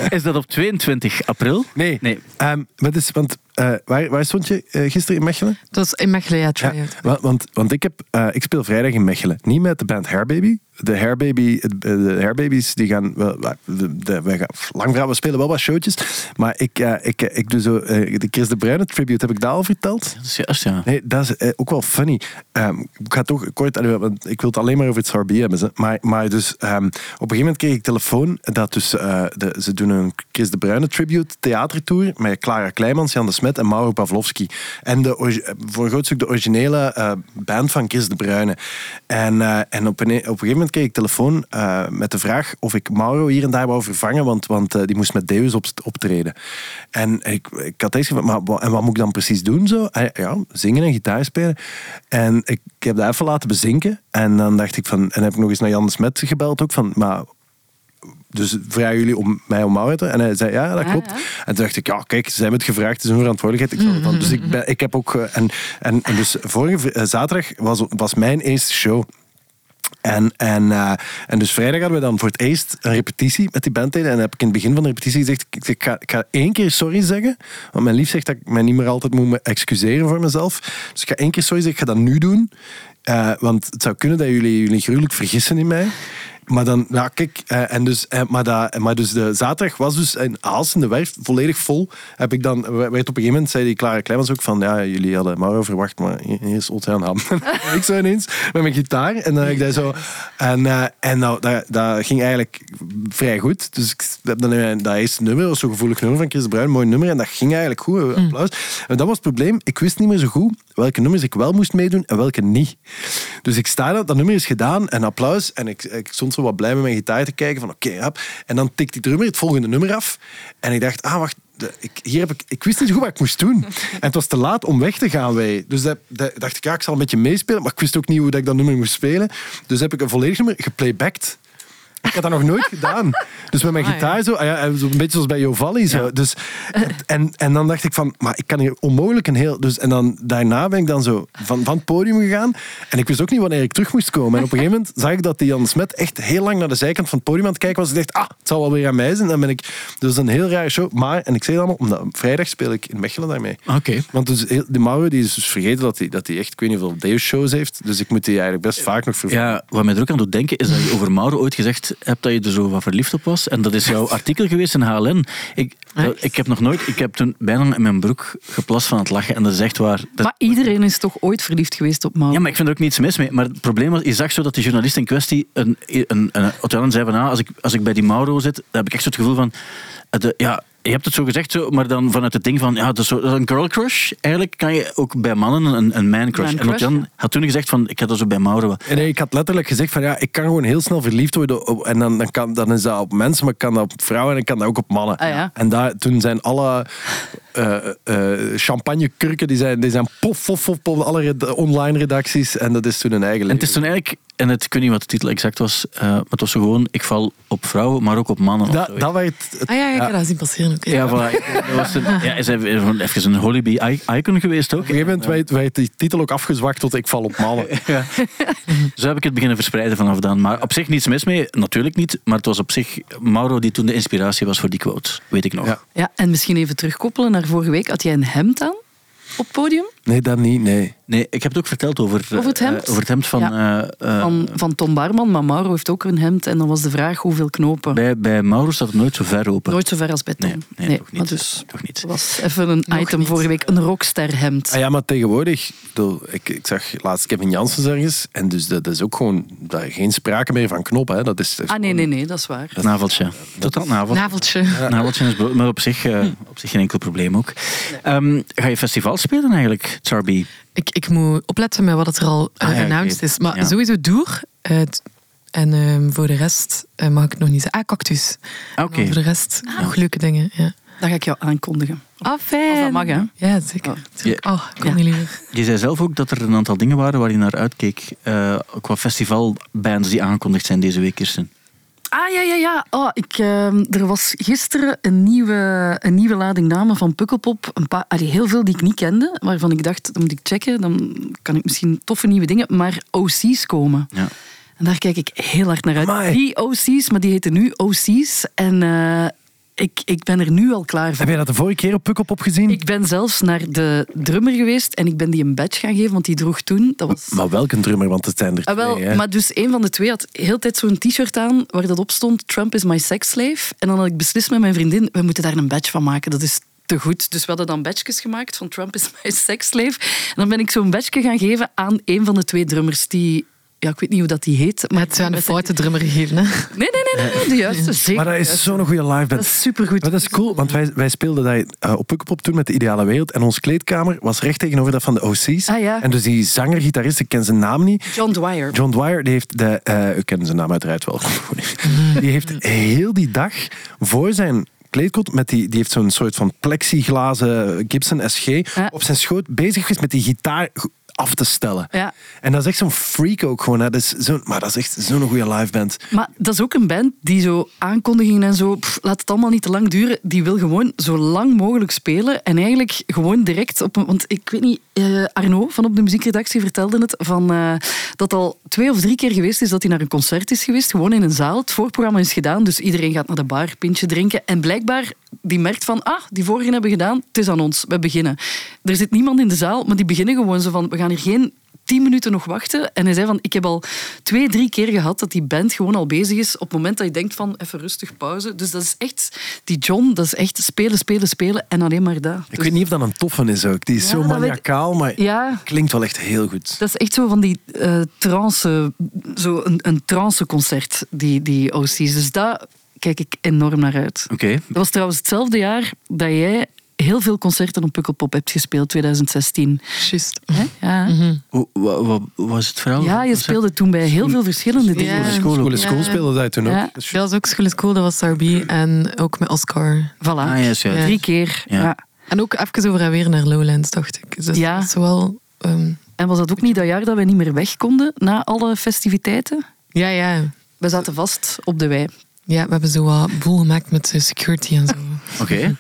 Is dat op 22 april? Nee. Nee. Ehm, wat is, want eh, waar, waar stond je eh, gisteren in Mechelen? Dat is in Mechelen, ja, Ja, tryout. wa- want, want ik, heb, eh, ik speel vrijdag in Mechelen. Niet met de band Hairbaby. De, Hairbaby, het- eh, de Hairbabies die gaan... Wel, wa- de, de- wij gaan lang verhaal, we spelen wel wat showtjes. Maar ik, eh, ik, eh, ik doe zo... eh, de Chris de Bruyne tribute, heb ik daar al verteld? Dat is juist, ja. Nee, dat is eh, ook wel funny. Ehm, ik ga toch kort, allee, want ik wil het alleen maar over het Sarbi hebben. Ze. Maar, maar dus, ehm, op een gegeven moment kreeg ik telefoon dat dus, eh, de, ze doen een Chris de Bruyne tribute theatertour met Clara Kleimans, Jan de Smet en Mauro Pavlovski. En de, orgi- eh, voor een groot stuk de originele eh, band van Chris de Bruyne. En, eh, en op, een, op een gegeven moment kreeg ik telefoon eh, met de vraag of ik Mauro hier en daar wou vervangen, want, want eh, die moest met Deus op, optreden. En ik, ik had eens gevraagd, maar wa- en wat moet ik dan precies doen? Zo? Hij- Ja, zingen en gitaar spelen. En ik, ik heb dat even laten bezinken. En dan dacht ik van, en heb ik nog eens naar Jan de Smet gebeld ook van, maar dus vragen jullie om mij om Mauro te... En hij zei, ja, dat Ja, klopt. ja. En toen dacht ik, ja, kijk, ze hebben het gevraagd, het is een verantwoordelijkheid. Ik zal het dan- Dus ik, ben, ik heb ook... eh, En, en, en dus vorige v- eh, zaterdag was, was mijn eerste show. En, en, eh, en dus vrijdag hadden we dan voor het eerst een repetitie met die bandleden. En heb ik in het begin van de repetitie gezegd, ik, ik, ga, ik ga één keer sorry zeggen. Want mijn lief zegt dat ik mij niet meer altijd moet me excuseren voor mezelf. Dus ik ga één keer sorry zeggen, ik ga dat nu doen. Eh, want het zou kunnen dat jullie jullie gruwelijk vergissen in mij. Maar dan, nou kijk, eh, en dus, eh, maar, dat, maar dus de zaterdag was dus in Aals in de werf volledig vol. Heb ik dan, werd op een gegeven moment, zei die Clara Kleimans ook van, ja, jullie hadden Mauro verwacht, maar hier hier is Otte aan Ham. ik zo ineens met mijn gitaar en dan heb ik daar zo, en, eh, en nou, dat, dat ging eigenlijk vrij goed. Dus ik heb dan eh, dat eerste nummer, dat was zo'n gevoelig nummer van Chris Bruin, mooi nummer, en dat ging eigenlijk goed, eh, applaus. En dat was het probleem, ik wist niet meer zo goed welke nummers ik wel moest meedoen en welke niet. Dus ik sta dat, dat nummer is gedaan en applaus. En ik, ik stond zo wat blij met mijn gitaar te kijken van oké, hap. En dan tikt die drummer het volgende nummer af. En ik dacht, ah wacht, de- ik, hier heb ik, ik wist niet goed wat ik moest doen. En het was te laat om weg te gaan wij. Dus dat, dat- dacht ik, ja, ik zal een beetje meespelen. Maar ik wist ook niet hoe dat ik dat nummer moest spelen. Dus heb ik een volledig nummer geplaybacked. Ik had dat nog nooit gedaan. Dus met mijn Ah, ja. gitaar zo, ah ja, en zo een beetje zoals bij Jovalli. Zo. Dus, en, en dan dacht ik van, maar ik kan hier onmogelijk een heel... Dus, en dan, daarna ben ik dan zo van, van het podium gegaan. En ik wist ook niet wanneer ik terug moest komen. En op een gegeven moment zag ik dat die Jan Smet echt heel lang naar de zijkant van het podium aan het kijken was. Ik dacht, ah, het zal wel weer aan mij zijn. Dan ben ik... Dus een heel rare show. Maar, en ik zei het allemaal, omdat vrijdag speel ik in Mechelen daarmee. Ah, Oké. Want dus, heel- die Mauro die is dus vergeten dat hij dat die echt, ik weet niet hoeveel Deus-shows heeft. Dus ik moet die eigenlijk best vaak nog vervangen. Ja, wat mij er ook aan doet denken is dat je over Mauro ooit gezegd hebt dat je er zo wat verliefd op was. En dat is jouw artikel geweest in HLN. Ik, dat- ik heb nog nooit, ik heb toen bijna in mijn broek geplast van het lachen. En dat is echt waar. Dat- Maar iedereen is toch ooit verliefd geweest op Mauro? ja, maar ik vind er ook niets mis mee. Maar het probleem was, je zag zo dat die journalist in kwestie een, een, een, Othello zei van, ah, als, ik, als ik bij die Mauro zit, dan heb ik echt zo het gevoel van, eh, de, ja, je hebt het zo gezegd, zo, maar dan vanuit het ding van, ja, dat is, zo, dat is een girl crush. Eigenlijk kan je ook bij mannen een, een man crush. Man en crush, Otjan ja. had toen gezegd van, ik had dat zo bij Mauro. wel. En nee, ik had letterlijk gezegd van ja, ik kan gewoon heel snel verliefd worden. Op, en dan, dan, kan, dan is dat op mensen, maar ik kan dat op vrouwen en ik kan dat ook op mannen. Ah, ja. En daar, toen zijn alle eh eh, champagnekurken, die zijn, die zijn pof, pof, pof, pof, alle red- online redacties. En dat is toen een eigen En het is toen eigenlijk, en het, ik weet niet wat de titel exact was, eh, maar het was zo gewoon, ik val op vrouwen, maar ook op mannen. of leven. zoiets. dat, dat werd het- Ah ja, ja, ik heb dat zien passeren. ook. ja, voilà. dat was een, ja, is even even een holiday i- icon geweest ook. op een gegeven moment werd, werd die titel ook afgezwakt tot ik val op mannen. Ja. Zo heb ik het beginnen verspreiden vanaf dan. Maar op zich niets mis mee, natuurlijk niet. Maar het was op zich Mauro die toen de inspiratie was voor die quote. Weet ik nog. Ja. Ja, en misschien even terugkoppelen naar vorige week. Had jij een hemd aan op het podium Eh. Nee, dat niet, nee. Nee, ik heb het ook verteld over, eh, Over het hemd? eh, over het hemd van... eh, eh, van, van Tom Barman, maar Mauro heeft ook een hemd. En dan was de vraag hoeveel knopen. bij, bij Mauro staat het nooit zo ver open. Nooit zo ver als bij Tom. Nee, nee, toch niet. Maar dus, Toch niet. het was even een Nog item niet. vorige week. Een rockster hemd. Ah ja, maar tegenwoordig, ik bedoel, ik, ik zag laatst Kevin Janssens ergens. En dus dat, dat is ook gewoon daar is geen sprake meer van knoppen. Hè. Dat is, dat is Ah nee, nee, nee, dat is waar. Het naveltje. Tot dat naveltje. Naveltje. Naveltje Nou, is brood, maar op zich, eh, op zich geen enkel probleem ook. Ehm, ga je festivals spelen eigenlijk, Charby? Ik, ik moet opletten met wat het er al eh, Ah, ja, announced oké. is. Maar Ja. sowieso door. eh, t- en ehm, voor de rest eh, mag ik het nog niet zeggen. Ah, cactus. Oké. En dan Voor de rest Ah. nog leuke dingen. Ja. Dat ga ik jou aankondigen. Ah, fijn. Als dat mag, hè? Ja, zeker. Oh. Natuurlijk. Oh, ik kon Ja. niet liever. Je zei zelf ook dat er een aantal dingen waren waar je naar uitkeek. eh, qua festivalbands die aangekondigd zijn deze week, Kirsten. Ah ja, ja, ja. Oh, ik, ehm, er was gisteren een nieuwe, een nieuwe lading namen van Pukkelpop. Een paar, allee, heel veel die ik niet kende, waarvan ik dacht, dat moet ik checken. Dan kan ik misschien toffe nieuwe dingen. Maar OC's komen. Ja. En daar kijk ik heel hard naar uit. Amai. Die OC's, maar die heten nu OC's. En eh, ik, ik ben er nu al klaar voor. Heb jij dat de vorige keer op Pukkelpop gezien? Ik ben zelfs naar de drummer geweest en ik ben die een badge gaan geven, want die droeg toen... Dat was... Maar welke drummer, want het zijn er Ah, wel, twee. hè. maar dus een van de twee had heel de tijd zo'n t-shirt aan waar dat op stond Trump is my sex slave. En dan had ik beslist met mijn vriendin, we moeten daar een badge van maken, dat is te goed. Dus we hadden dan badges gemaakt van Trump is my sex slave. En dan ben ik zo'n badge gaan geven aan een van de twee drummers die... Ja, ik weet niet hoe dat die heet. Maar het zou aan de foute drummer gegeven. Hè? Nee, nee, nee, nee, nee, de juiste. Zeker. Maar dat is zo'n goede live band. Dat is supergoed. Maar dat is cool, want wij, wij speelden dat eh, op Pukkelpop toen met de Ideale Wereld. En onze kleedkamer was recht tegenover dat van de OC's. Ah, ja. En dus die zanger, gitarist, ik ken zijn naam niet. John Dwyer. John Dwyer, die heeft de... eh ik ken zijn naam uiteraard wel. die heeft heel die dag voor zijn kleedkot, met die, die heeft zo'n soort van plexiglazen Gibson SG, Ja. op zijn schoot bezig geweest met die gitaar af te stellen. Ja. En dat is echt zo'n freak ook gewoon. Hè. Dat is zo'n- maar dat is echt zo'n goede live band. Maar dat is ook een band die zo aankondigingen en zo, pff, laat het allemaal niet te lang duren. Die wil gewoon zo lang mogelijk spelen en eigenlijk gewoon direct op een. Want ik weet niet, eh, Arno van op de muziekredactie vertelde het van eh, dat al twee of drie keer geweest is dat hij naar een concert is geweest, gewoon in een zaal. Het voorprogramma is gedaan, dus iedereen gaat naar de bar, pintje drinken en blijkbaar die merkt van, ah, die vorigen hebben gedaan, het is aan ons, we beginnen. Er zit niemand in de zaal, maar die beginnen gewoon zo van, we gaan hier geen tien minuten nog wachten. En hij zei van, ik heb al twee, drie keer gehad dat die band gewoon al bezig is op het moment dat je denkt van, even rustig pauze. Dus dat is echt, die John, dat is echt spelen, spelen, spelen en alleen maar dat. Ik Dus weet niet of dat een toffe is ook. Die is Ja, zo dat weet- maniacaal, maar Ja. klinkt wel echt heel goed. dat is echt zo van die eh, trance, zo een, een trance-concert, die, die OC's. Dus daar kijk ik enorm naar uit. Oké. Dat was trouwens hetzelfde jaar dat jij heel veel concerten op Pukkelpop hebt gespeeld, 2016. Juist. Hè? Ja. Hoe- wa- wa- Wat was het verhaal? ja, je Was het- speelde toen bij heel veel verschillende dingen. Ja. School, school, Ja. speelde dat toen ook. Ja. Dat is- Dat was ook School is Cool, dat was Sarbi. En ook met Oscar. Voilà. Ah, ja, juist. Ja. Drie keer. Ja. ja. En ook even over en weer naar Lowlands, dacht ik. Dus dat Ja. is wel... ehm, En was dat ook niet dat jaar dat wij niet meer weg konden na alle festiviteiten? ja, ja. We zaten vast op de wei. Ja, we hebben zo wat boel gemaakt met eh, security en zo. Oké.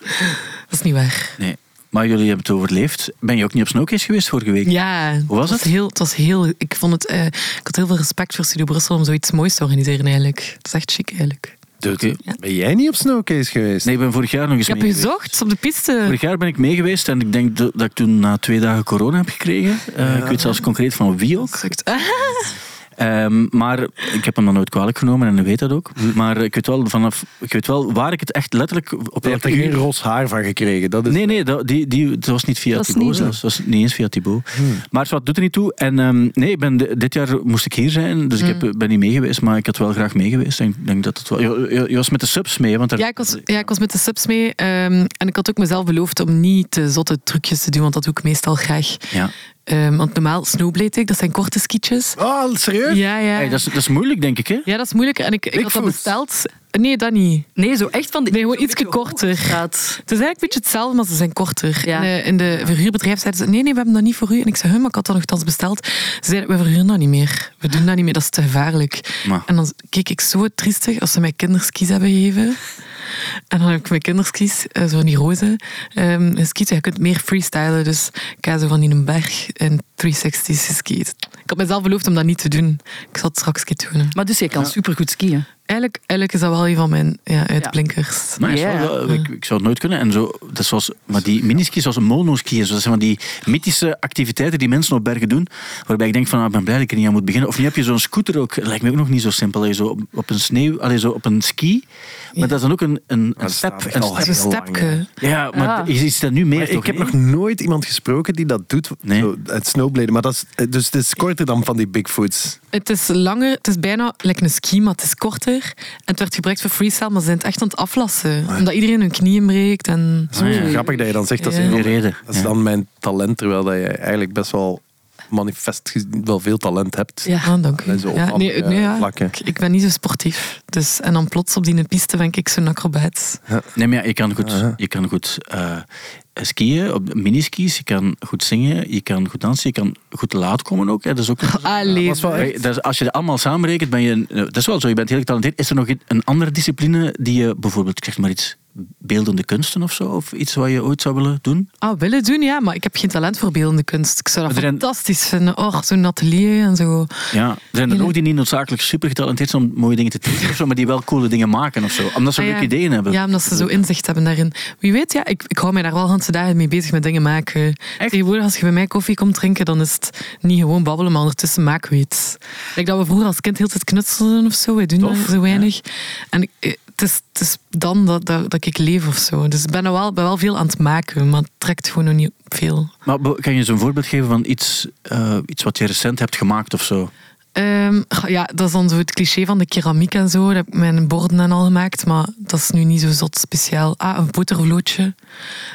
Dat is niet waar. Nee. Maar jullie hebben het overleefd. Ben je ook niet op Snowcase geweest vorige week? Ja. Hoe was het? Heel, het was heel... Ik, vond het, eh, ik had heel veel respect voor Studio Brussel om zoiets moois te organiseren eigenlijk. Het is echt chic eigenlijk. Dude, Oké. Ben jij niet op Snowcase geweest? Nee, ik ben vorig jaar nog eens Ik heb mee je geweest. gezocht op de piste. Vorig jaar ben ik mee geweest en ik denk dat dat ik toen na twee dagen corona heb gekregen. Eh, Ik weet zelfs concreet van wie ook. Gezocht. Ah, Ehm, maar ik heb hem dan nooit kwalijk genomen en hij weet dat Hm. ook. Maar ik weet wel, vanaf, ik weet wel waar ik het echt letterlijk op Je hebt er welke geen uur... ros haar van gekregen. Dat is... Nee, nee, dat, die, die, dat was niet via Dat is Thibaut niet- zelfs. Dat was niet eens via Thibaut. Hm. Maar wat doet er niet toe. En ehm, nee, ik ben, de- dit jaar moest ik hier zijn, dus Hm. ik heb, ben niet mee geweest. Maar ik had wel graag mee geweest. En ik denk dat het wel... Je, je- je was met de subs mee, want daar... Ja ik, was, ja, ik was met de subs mee. ehm, en ik had ook mezelf beloofd om niet te zotte trucjes te doen, want dat doe ik meestal graag. Ja. Ehm, want normaal snowblade ik, dat zijn korte skietjes. Oh, serieus? Ja, ja. Hey, dat, is, dat is moeilijk, denk ik, hè? Ja, dat is moeilijk. En ik, ik had dat Bigfoot. besteld. Nee, dat niet. Nee, zo echt van... Die, Nee, gewoon zo'n ietsje beetje korter. hoogstraat. Het is eigenlijk een beetje hetzelfde, maar ze zijn korter. Ja. En, eh, in de verhuurbedrijf zeiden ze, nee, nee, we hebben dat niet voor u. En ik zei, huh, maar ik had dat nogthans besteld. Ze zeiden, we verhuren dat niet meer. We doen dat niet meer, dat is te gevaarlijk. Maar. En dan keek ik zo triestig als ze mij kinderskis hebben gegeven. En dan heb ik mijn kinderskis, eh, zo van die roze ehm geskiet. Ja, Je kunt meer freestylen, dus ik ga zo van in een berg en 360's geskiet. Ik had mezelf beloofd om dat niet te doen. Ik zal het straks een keer doen. Maar dus je kan supergoed skiën. Eigenlijk, eigenlijk is dat wel een van mijn ja, uitblinkers. Maar is Ja. wel wel- ik, ik zou het nooit kunnen. En zo, dat is zoals, maar die miniski is zoals een monoski. is. Dat zijn van die mythische activiteiten die mensen op bergen doen. Waarbij ik denk van, ah, ik ben blij dat ik er niet aan moet beginnen. Of nu heb je zo'n scooter ook. Dat lijkt me ook nog niet zo simpel. Dat je zo op, op een sneeuw, allee, zo op een ski. Maar dat is dan ook een, een, een dat step. staat echt Een al Dat step. is een heel lang, stapje. Ja, maar Ja. d- je ziet dat nu meer Maar toch, ik heb hè? nog nooit iemand gesproken die dat doet. Nee. Zo, het snowbladen. Maar dat is, dus het is korter dan van die Bigfoots. Het is langer, het is bijna like een ski, maar het is korter. En het werd gebruikt voor freestyle, maar ze zijn het echt aan het aflassen. Omdat iedereen hun knieën breekt. En... Dat is Ah, ja. grappig dat je dan zegt. Dat is, Ja. een van- Die reden, dat is ja. dan mijn talent. Terwijl dat je eigenlijk best wel manifest ge- wel veel talent hebt. Ja. Ah, dank En u. zo op Ja, nee, andere, nee, ja, vlakken. ik, ik ben niet zo sportief. Dus, en dan plots op die piste ben ik zo'n acrobaat. Nee, maar ja, je kan goed, Uh-huh. je kan goed eh, skiën, op miniskis. Je kan goed zingen, je kan goed dansen. Je kan goed laat komen ook. Hè. Dat is ook een- Allee. dat is wel Hey, dat is- als je dat allemaal eh, samenrekent, ben je... een- Dat is wel zo, je bent heel getalenteerd. Is er nog een andere discipline die je bijvoorbeeld, ik zeg maar iets, beeldende kunsten of zo? Of iets wat je ooit zou willen doen? Ah, willen doen, ja, maar ik heb geen talent voor beeldende kunst. Ik zou dat Maar er zijn- fantastisch vinden. Och, zo'n atelier en zo. Ja, er zijn er Ja. ook die niet noodzakelijk super getalenteerd zijn om mooie dingen te tekenen of zo, maar die wel coole dingen maken of zo. Omdat ze Ah, ja. leuke ideeën hebben. Ja, omdat ze zo inzicht hebben daarin. Wie weet, ja, ik, ik hou mij daar wel ganse dagen mee bezig met dingen maken. Tegenwoordig, als je bij mij koffie komt drinken, dan is het niet gewoon babbelen, maar ondertussen maak we iets. Like dat we vroeger als kind heel de tijd knutselden of zo. Wij doen Tof, dat zo ja. weinig. En ik- eh, het is, het is dan dat, dat, dat ik leef of zo. Dus ik ben, nou wel, ben wel veel aan het maken, maar het trekt gewoon nog niet veel. Maar be- kan je eens een voorbeeld geven van iets, eh, iets wat je recent hebt gemaakt of zo? Ehm, goh, ja, dat is dan zo het cliché van de keramiek en zo. Dat heb ik mijn borden en al gemaakt, maar dat is nu niet zo zot speciaal. Ah, een botervlootje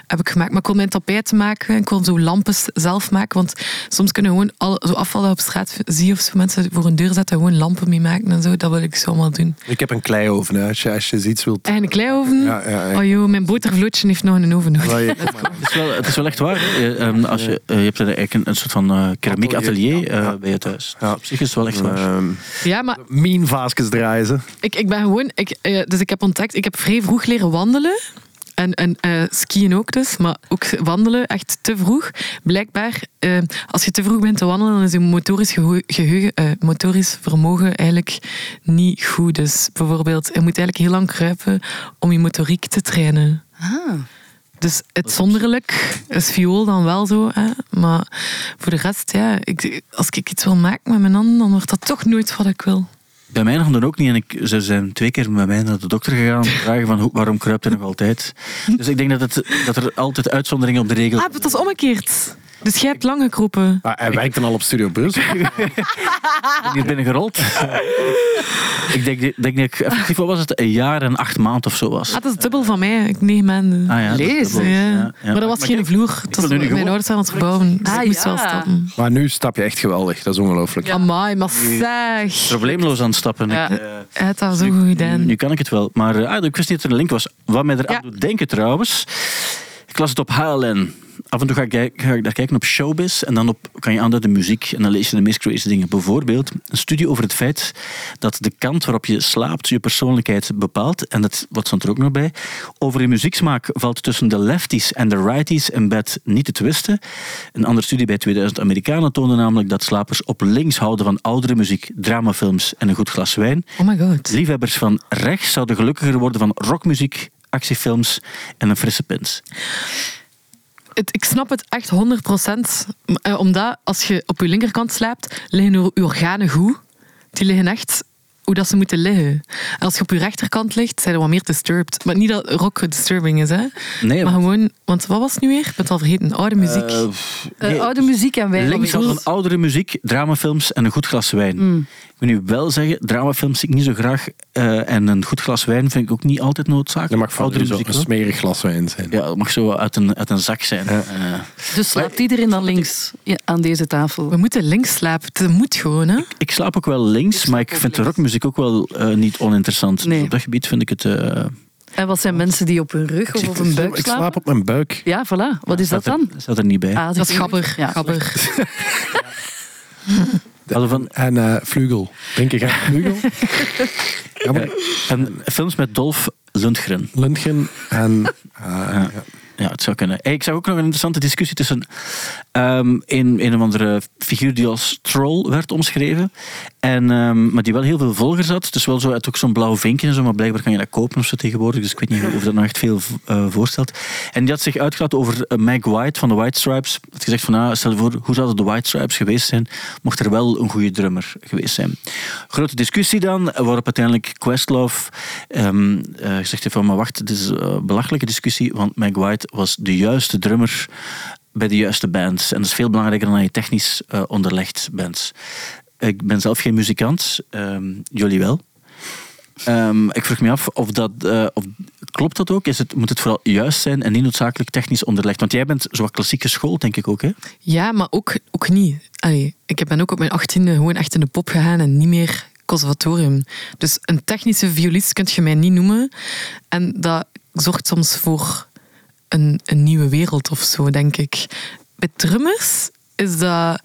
heb ik gemaakt. Maar ik kon mijn tapijten maken en ik kon zo lampen s- zelf maken. Want soms kunnen gewoon al, zo afval dat ik op straat v- zie of zo mensen voor hun deur zetten gewoon lampen mee maken en zo. Dat wil ik zo allemaal doen. Ik heb een kleioven, hè, als je, als je iets wilt... En een kleioven. Ja, ja, ja. Oh joh, mijn botervlootje heeft nog een oven nodig. Waar je- Het is wel, het is wel echt waar. hè. Je, ehm, als je, eh, je hebt er eigenlijk een, een soort van eh keramiek Atelier, atelier eh, ja. bij je thuis. Ja. Dus op zich is het wel echt waar. Ehm, Ja, maar mean vaasjes draaien ze. Ik, ik ben gewoon, ik, eh, dus ik heb ontdekt, ik heb vrij vroeg leren wandelen. En, en eh, skiën ook dus, maar ook wandelen echt te vroeg. Blijkbaar, eh, als je te vroeg bent te wandelen, dan is je motorisch, geho- geheugen, eh, motorisch vermogen eigenlijk niet goed. Dus bijvoorbeeld, je moet eigenlijk heel lang kruipen om je motoriek te trainen. Ah. Dus uitzonderlijk is viool dan wel zo. Hè? Maar voor de rest, ja, ik, als ik iets wil maken met mijn handen, dan wordt dat toch nooit wat ik wil. Bij mij nog dan ook niet. En ik, ze zijn twee keer met mij naar de dokter gegaan om te vragen van hoe- waarom kruipt hij nog altijd. Dus ik denk dat, het, dat er altijd uitzonderingen op de regel Ah, dat is omgekeerd. Dus jij hebt lang gekropen. Ah, hij werkt dan al op Studio Brussel. hier binnen gerold. ik denk, ik denk dat ik effectief, wat was het, een jaar en acht maanden of zo was. Ah, dat is dubbel van mij. Ik negen maanden. Ah ja, dat is Lezen, dubbel. ja. Ja, ja. Maar dat was Maar geen kijk, vloer. Dat was, wil nu mijn gewoon- ouders waren aan het verbouwen. Dus Ah, ik moest ja. wel stappen. Maar nu stap je echt geweldig. Dat is ongelooflijk. Amai, maar zeg. Probleemloos aan het stappen. Ja. Ik, eh, Hij had dat zo goed gedaan. Nu kan ik het wel. Maar eh, ah, ik wist niet dat er een link was. Wat mij eraan Ja. doet denken trouwens. Ik las het op HLN. Af en toe ga ik, kijk- ga ik daar kijken op showbiz. En dan op, kan je aanduiden muziek. En dan lees je de meest crazy dingen. Bijvoorbeeld een studie over het feit dat de kant waarop je slaapt je persoonlijkheid bepaalt. En dat, wat stond er ook nog bij. Over je muzieksmaak valt tussen de lefties en de righties in bed niet te twisten. Een andere studie bij 2000 Amerikanen toonde namelijk dat slapers op links houden van oudere muziek, dramafilms en een goed glas wijn. Oh my god. Liefhebbers van rechts zouden gelukkiger worden van rockmuziek, actiefilms en een frisse pins. Het, ik snap het echt 100 procent. eh, Omdat als je op je linkerkant slaapt, liggen je je organen goed. Die liggen echt hoe dat ze moeten liggen. En als je op je rechterkant ligt, zijn er wat meer disturbed. Maar niet dat rock disturbing is, hè. Nee, maar want- gewoon... Want wat was het nu weer? Ik ben het al vergeten. Oude muziek. Eh, pff, Eh, nee. oude muziek en wij. Links van oudere muziek, dramafilms en een goed glas wijn. Mm. Ik moet nu wel zeggen, dramafilms zie ik niet zo graag. eh, en een goed glas wijn vind ik ook niet altijd noodzakelijk. Dat mag voor oudere u zo muziek een wel. smerig glas wijn zijn. Ja, dat mag zo uit een, uit een zak zijn. Eh, Dus slaapt iedereen dan links ja, aan deze tafel? We moeten links slapen. Het moet gewoon, hè? ik slaap ook wel links, maar ik vind de rockmuziek ook wel eh, niet oninteressant. Nee. Dus op dat gebied vind ik het... eh, En wat zijn mensen die op hun rug of op hun buik Ik slaap slapen? op mijn buik. Ja, voilà. Wat is dat staat er- dan? Staat er niet bij. Ah, Dat is gabber. Ja. gabber. Hadden van, En eh vlugel. Denk ik aan vlugel? ja, maar en films met Dolf Lundgren. Lundgren en... eh, ja. Ja, het zou kunnen. Hey, ik zag ook nog een interessante discussie tussen ehm een, een of andere figuur die als troll werd omschreven. En, ehm, maar die wel heel veel volgers had. Dus wel zo uit ook zo'n blauw vinkje en zo. Maar blijkbaar kan je dat kopen of zo tegenwoordig. Dus ik weet niet of dat nog echt veel eh, voorstelt. En die had zich uitgelaten over eh, Meg White van de White Stripes. Had gezegd van, ah, stel je voor, hoe zouden de White Stripes geweest zijn? Mocht er wel een goede drummer geweest zijn. Grote discussie dan, waarop uiteindelijk Questlove ehm, eh, gezegd heeft van, maar wacht, dit is eh, een belachelijke discussie, want Meg White was de juiste drummer bij de juiste bands. En dat is veel belangrijker dan dat je technisch eh, onderlegd bent. Ik ben zelf geen muzikant, ehm, jullie wel. Ehm, ik vroeg me af of dat. eh, of, klopt dat ook? Is het, moet het vooral juist zijn en niet noodzakelijk technisch onderlegd? Want jij bent zo wat klassieke school, denk ik ook. Hè? Ja, maar ook, ook niet. Allee, ik ben ook op mijn achttiende gewoon echt in de pop gegaan en niet meer conservatorium. Dus een technische violist kun je mij niet noemen. En dat zorgt soms voor een, een nieuwe wereld of zo, denk ik. Bij drummers is dat...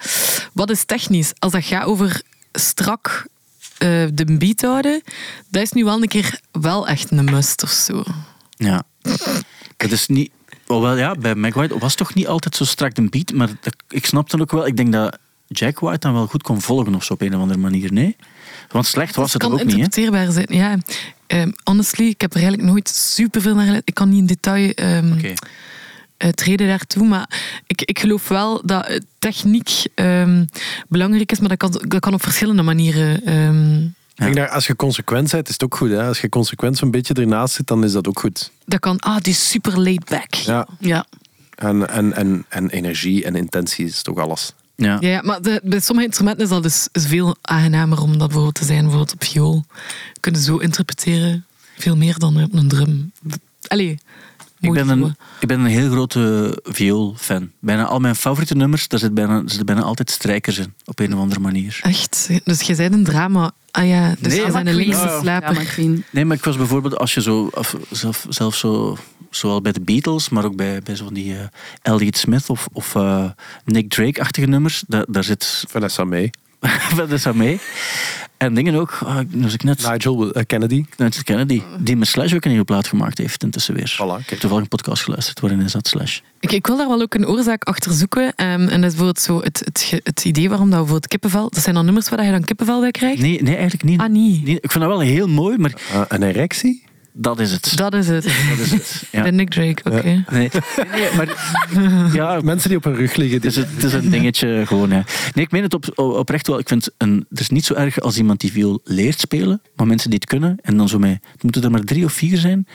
Wat is technisch? Als dat gaat over strak eh, de beat houden, dat is nu wel een keer wel echt een must of zo. Ja. Dat is niet... oh, wel ja, bij Mac White was toch niet altijd zo strak de beat, maar dat- ik snapte ook wel... Ik denk dat Jack White dan wel goed kon volgen of zo op een of andere manier, nee? Want slecht was het kan ook niet, hè? interpreteerbaar zijn, ja. Ehm, honestly, ik heb er eigenlijk nooit superveel naar geluisterd. Ik kan niet in detail ehm, Oké. eh, treden daartoe. Maar ik, ik geloof wel dat eh, techniek ehm, belangrijk is, maar dat kan, dat kan op verschillende manieren. ehm, Ik denk dat als je consequent bent, is het ook goed. Hè? Als je consequent zo'n beetje ernaast zit, dan is dat ook goed. dat kan, ah, die is super laid back. Ja. Ja. En, en, en, en energie en intentie is toch alles. Ja. Ja, ja, maar de- bij sommige instrumenten is dat dus is veel aangenamer om dat bijvoorbeeld te zijn. Bijvoorbeeld op viool kunnen zo interpreteren. Veel meer dan op een drum. Allee, Ik mooi ben, een, voelen. ik ben een heel grote vioolfan. Bijna al mijn favoriete nummers, daar zitten bijna, zitten bijna altijd strijkers in, op een of andere manier. Echt? Dus jij bent een drama. Ah ja, dus Nee, jij bent een linkse slaper. Drama queen. Nee, maar ik was bijvoorbeeld, als je zo, of zelf, zelf zo, zowel bij de Beatles, maar ook bij, bij zo'n die eh, Elliot Smith of, of eh, Nick Drake-achtige nummers, daar, daar zit Vanessa May. verder aan mee. En dingen ook, ah, dus ik net, Nigel eh, Kennedy. Nigel Kennedy, die met Slash ook een nieuwe plaat gemaakt heeft intussen weer. eh. Voilà, Ik heb kijk. toevallig een podcast geluisterd waarin is dat Slash. Ik, ik wil daar wel ook een oorzaak achter zoeken. Ehm, en dat is bijvoorbeeld zo het, het, ge- het idee waarom dat bijvoorbeeld kippenvel... Dat zijn dan nummers waar je dan kippenvel bij krijgt? Nee, nee eigenlijk niet. Ah, niet. Nee, ik vind dat wel heel mooi, maar Eh, een erectie? dat is het. Dat is het. Dat is het. Ja. Ben Nick Drake, oké. Nee, nee, maar ja, Mensen die op hun rug liggen. het is, het is een dingetje gewoon. Ja. Nee, ik meen het op, oprecht wel. Ik vind een, het is niet zo erg als iemand die viool leert spelen, maar mensen die het kunnen en dan zo mee. Het moeten er maar drie of vier zijn.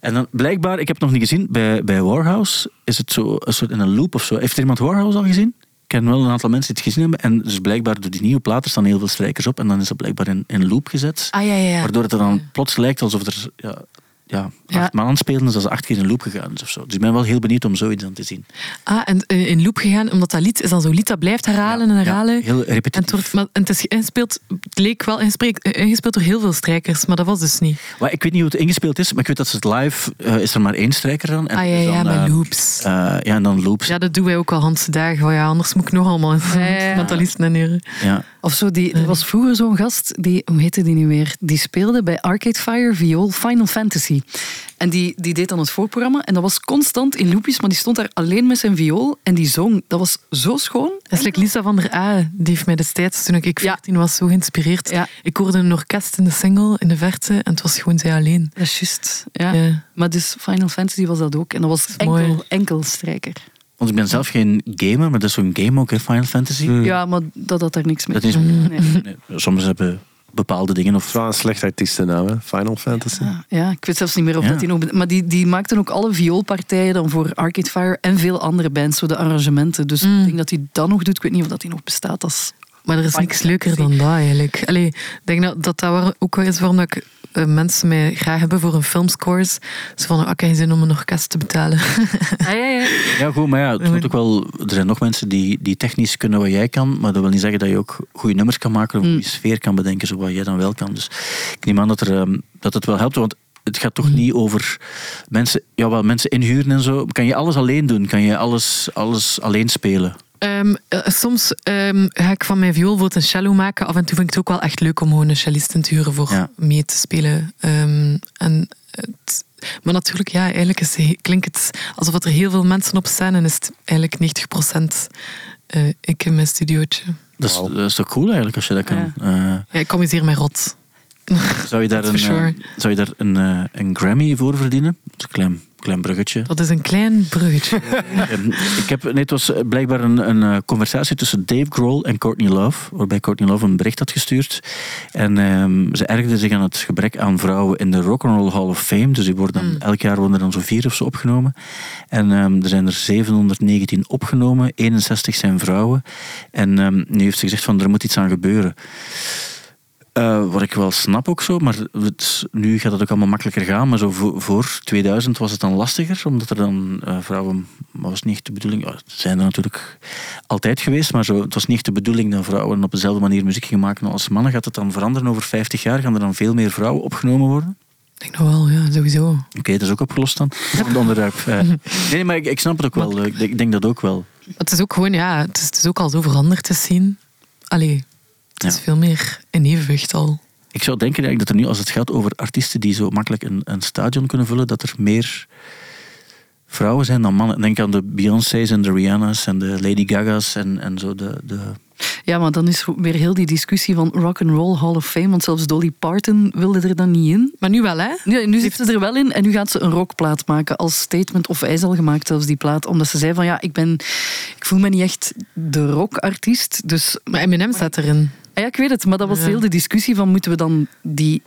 En dan blijkbaar, ik heb het nog niet gezien, bij, bij Warhouse is het zo een soort in een loop of zo. Heeft er iemand Warhouse al gezien? Ik ken wel een aantal mensen die het gezien hebben. En dus blijkbaar door die nieuwe platen staan heel veel strijkers op en dan is dat blijkbaar in, in loop gezet. Ah ja, ja, ja. Waardoor het er dan plots lijkt alsof er ja, ja, acht Ja. maal aan het spelen is als ze acht keer in loop gegaan is of zo. Dus ik ben wel heel benieuwd om zoiets dan te zien. Ah, en eh, in loop gegaan, omdat dat lied is dan zo'n lied dat blijft herhalen en Ja, herhalen. heel repetitief. En het, wordt- maar, en het is geïnspeeld, het leek wel ingespreek- eh, ingespeeld door heel veel strijkers, maar dat was dus niet. Maar ik weet niet hoe het ingespeeld is, maar ik weet dat ze het live eh, is er maar één strijker dan. En Ah ja, dus dan, ja, maar eh, loops. eh, ja, en dan loops. Ja, dat doen wij ook al Hans dagen. Van, ja, anders moet ik nog allemaal ja. mentalisten en heren. Ja. Of zo, die, er was vroeger zo'n gast, die, hoe heette die nu weer? Die speelde bij Arcade Fire viool Final Fantasy. En die, die deed dan het voorprogramma. En dat was constant in loopjes, maar die stond daar alleen met zijn viool. En die zong. Dat was zo schoon. Dat is like Lisa van der A. Die heeft mij destijds, toen ik Ja. 14 was, zo geïnspireerd. Ja. Ik hoorde een orkest in de single, in de verte. En het was gewoon zij alleen. Dat is juist. Ja. Ja. Maar dus Final Fantasy was dat ook. En dat was enkel, mooi. enkel strijker. Want ik ben zelf geen gamer, maar dat is zo'n game ook, hè, Final Fantasy. Ja, maar dat had daar niks mee. Hmm. Dat is, Nee. nee, soms hebben bepaalde dingen of Het is wel een slecht artiestennaam, hè? Final Fantasy. Ah, Ja, ik weet zelfs niet meer of Ja. dat die nog... Maar die, die maakten ook alle vioolpartijen dan voor Arcade Fire en veel andere bands, zo de arrangementen. Dus Mm. ik denk dat hij dat nog doet. Ik weet niet of dat die nog bestaat als... Maar er is Final niks leuker dan Fantasy. dat eigenlijk. Allee, ik denk dat dat, dat waar- ook wel is waarom dat ik, eh, mensen mij graag hebben voor een filmscores. Ze van, ah, ik heb geen zin om een orkest te betalen. Ah, Ja, goed, maar ja, het moet ook wel, er zijn nog mensen die, die technisch kunnen wat jij kan, maar dat wil niet zeggen dat je ook goede nummers kan maken Mm. of een goede sfeer kan bedenken, zoals jij dan wel kan. Dus ik neem aan dat, er, ehm, dat het wel helpt, want het gaat Mm. toch niet over mensen, ja, wel, mensen inhuren en zo. Kan je alles alleen doen? Kan je alles, alles alleen spelen? Ehm, eh, soms ehm, ga ik van mijn viool bijvoorbeeld een cello maken. Af en toe vind ik het ook wel echt leuk om gewoon een cellist in te huren voor Ja. mee te spelen. Ehm, en het- maar natuurlijk, ja, eigenlijk is, he- klinkt het alsof er heel veel mensen op staan en is het eigenlijk 90% eh, ik in mijn studiootje. Dat is, dat is toch cool eigenlijk als je dat kan. Ja, ik kom eens hier met rot. Eh, zou je daar, een, That's for eh, sure. zou je daar een, eh, een Grammy voor verdienen? Dat is een klein, klein bruggetje. Dat is een klein bruggetje. Ehm, ik heb, nee, het was eh, blijkbaar een, een eh, conversatie tussen Dave Grohl en Courtney Love, waarbij Courtney Love een bericht had gestuurd. En ehm, ze ergerde zich aan het gebrek aan vrouwen in de Rock'n'Roll Hall of Fame. Dus die worden dan, elk jaar worden er dan zo'n vier of zo opgenomen. En ehm, er zijn er 719 opgenomen, 61 zijn vrouwen. En ehm, nu heeft ze gezegd van er moet iets aan gebeuren. Eh, wat ik wel snap ook zo, maar het is- nu gaat het ook allemaal makkelijker gaan. Maar zo voor, voor 2000 was het dan lastiger, omdat er dan eh, vrouwen, maar was niet echt de bedoeling, ja, het zijn er natuurlijk altijd geweest, maar zo, het was niet echt de bedoeling dat vrouwen op dezelfde manier muziek gingen maken als mannen. Gaat het dan veranderen over 50 jaar? Gaan er dan veel meer vrouwen opgenomen worden? ik denk nog wel, ja, sowieso. Oké, dat is ook opgelost dan. Een onderwerp. eh. Nee, nee, maar ik, ik snap het ook wel. Ik denk, ik denk dat ook wel. Het is ook gewoon, ja, het is, het is ook al zo veranderd te zien. Allee, het is Ja. veel meer in evenwicht al. Ik zou denken eigenlijk dat er nu, als het gaat over artiesten die zo makkelijk een, een stadion kunnen vullen, dat er meer vrouwen zijn dan mannen. Denk aan de Beyoncé's en de Rihanna's en de Lady Gaga's en, en zo de... de Ja, maar dan is weer heel die discussie van Rock and Roll Hall of Fame, want zelfs Dolly Parton wilde er dan niet in. Maar nu wel, hè? Nu, nu zit ze er wel in en nu gaat ze een rockplaat maken als statement. Of hij is al gemaakt zelfs die plaat, omdat ze zei van ja, ik, ben, ik voel me niet echt de rockartiest. Dus Maar Eminem staat erin. Ah ja, ik weet het, maar dat was Ja. heel de discussie van moeten we dan die,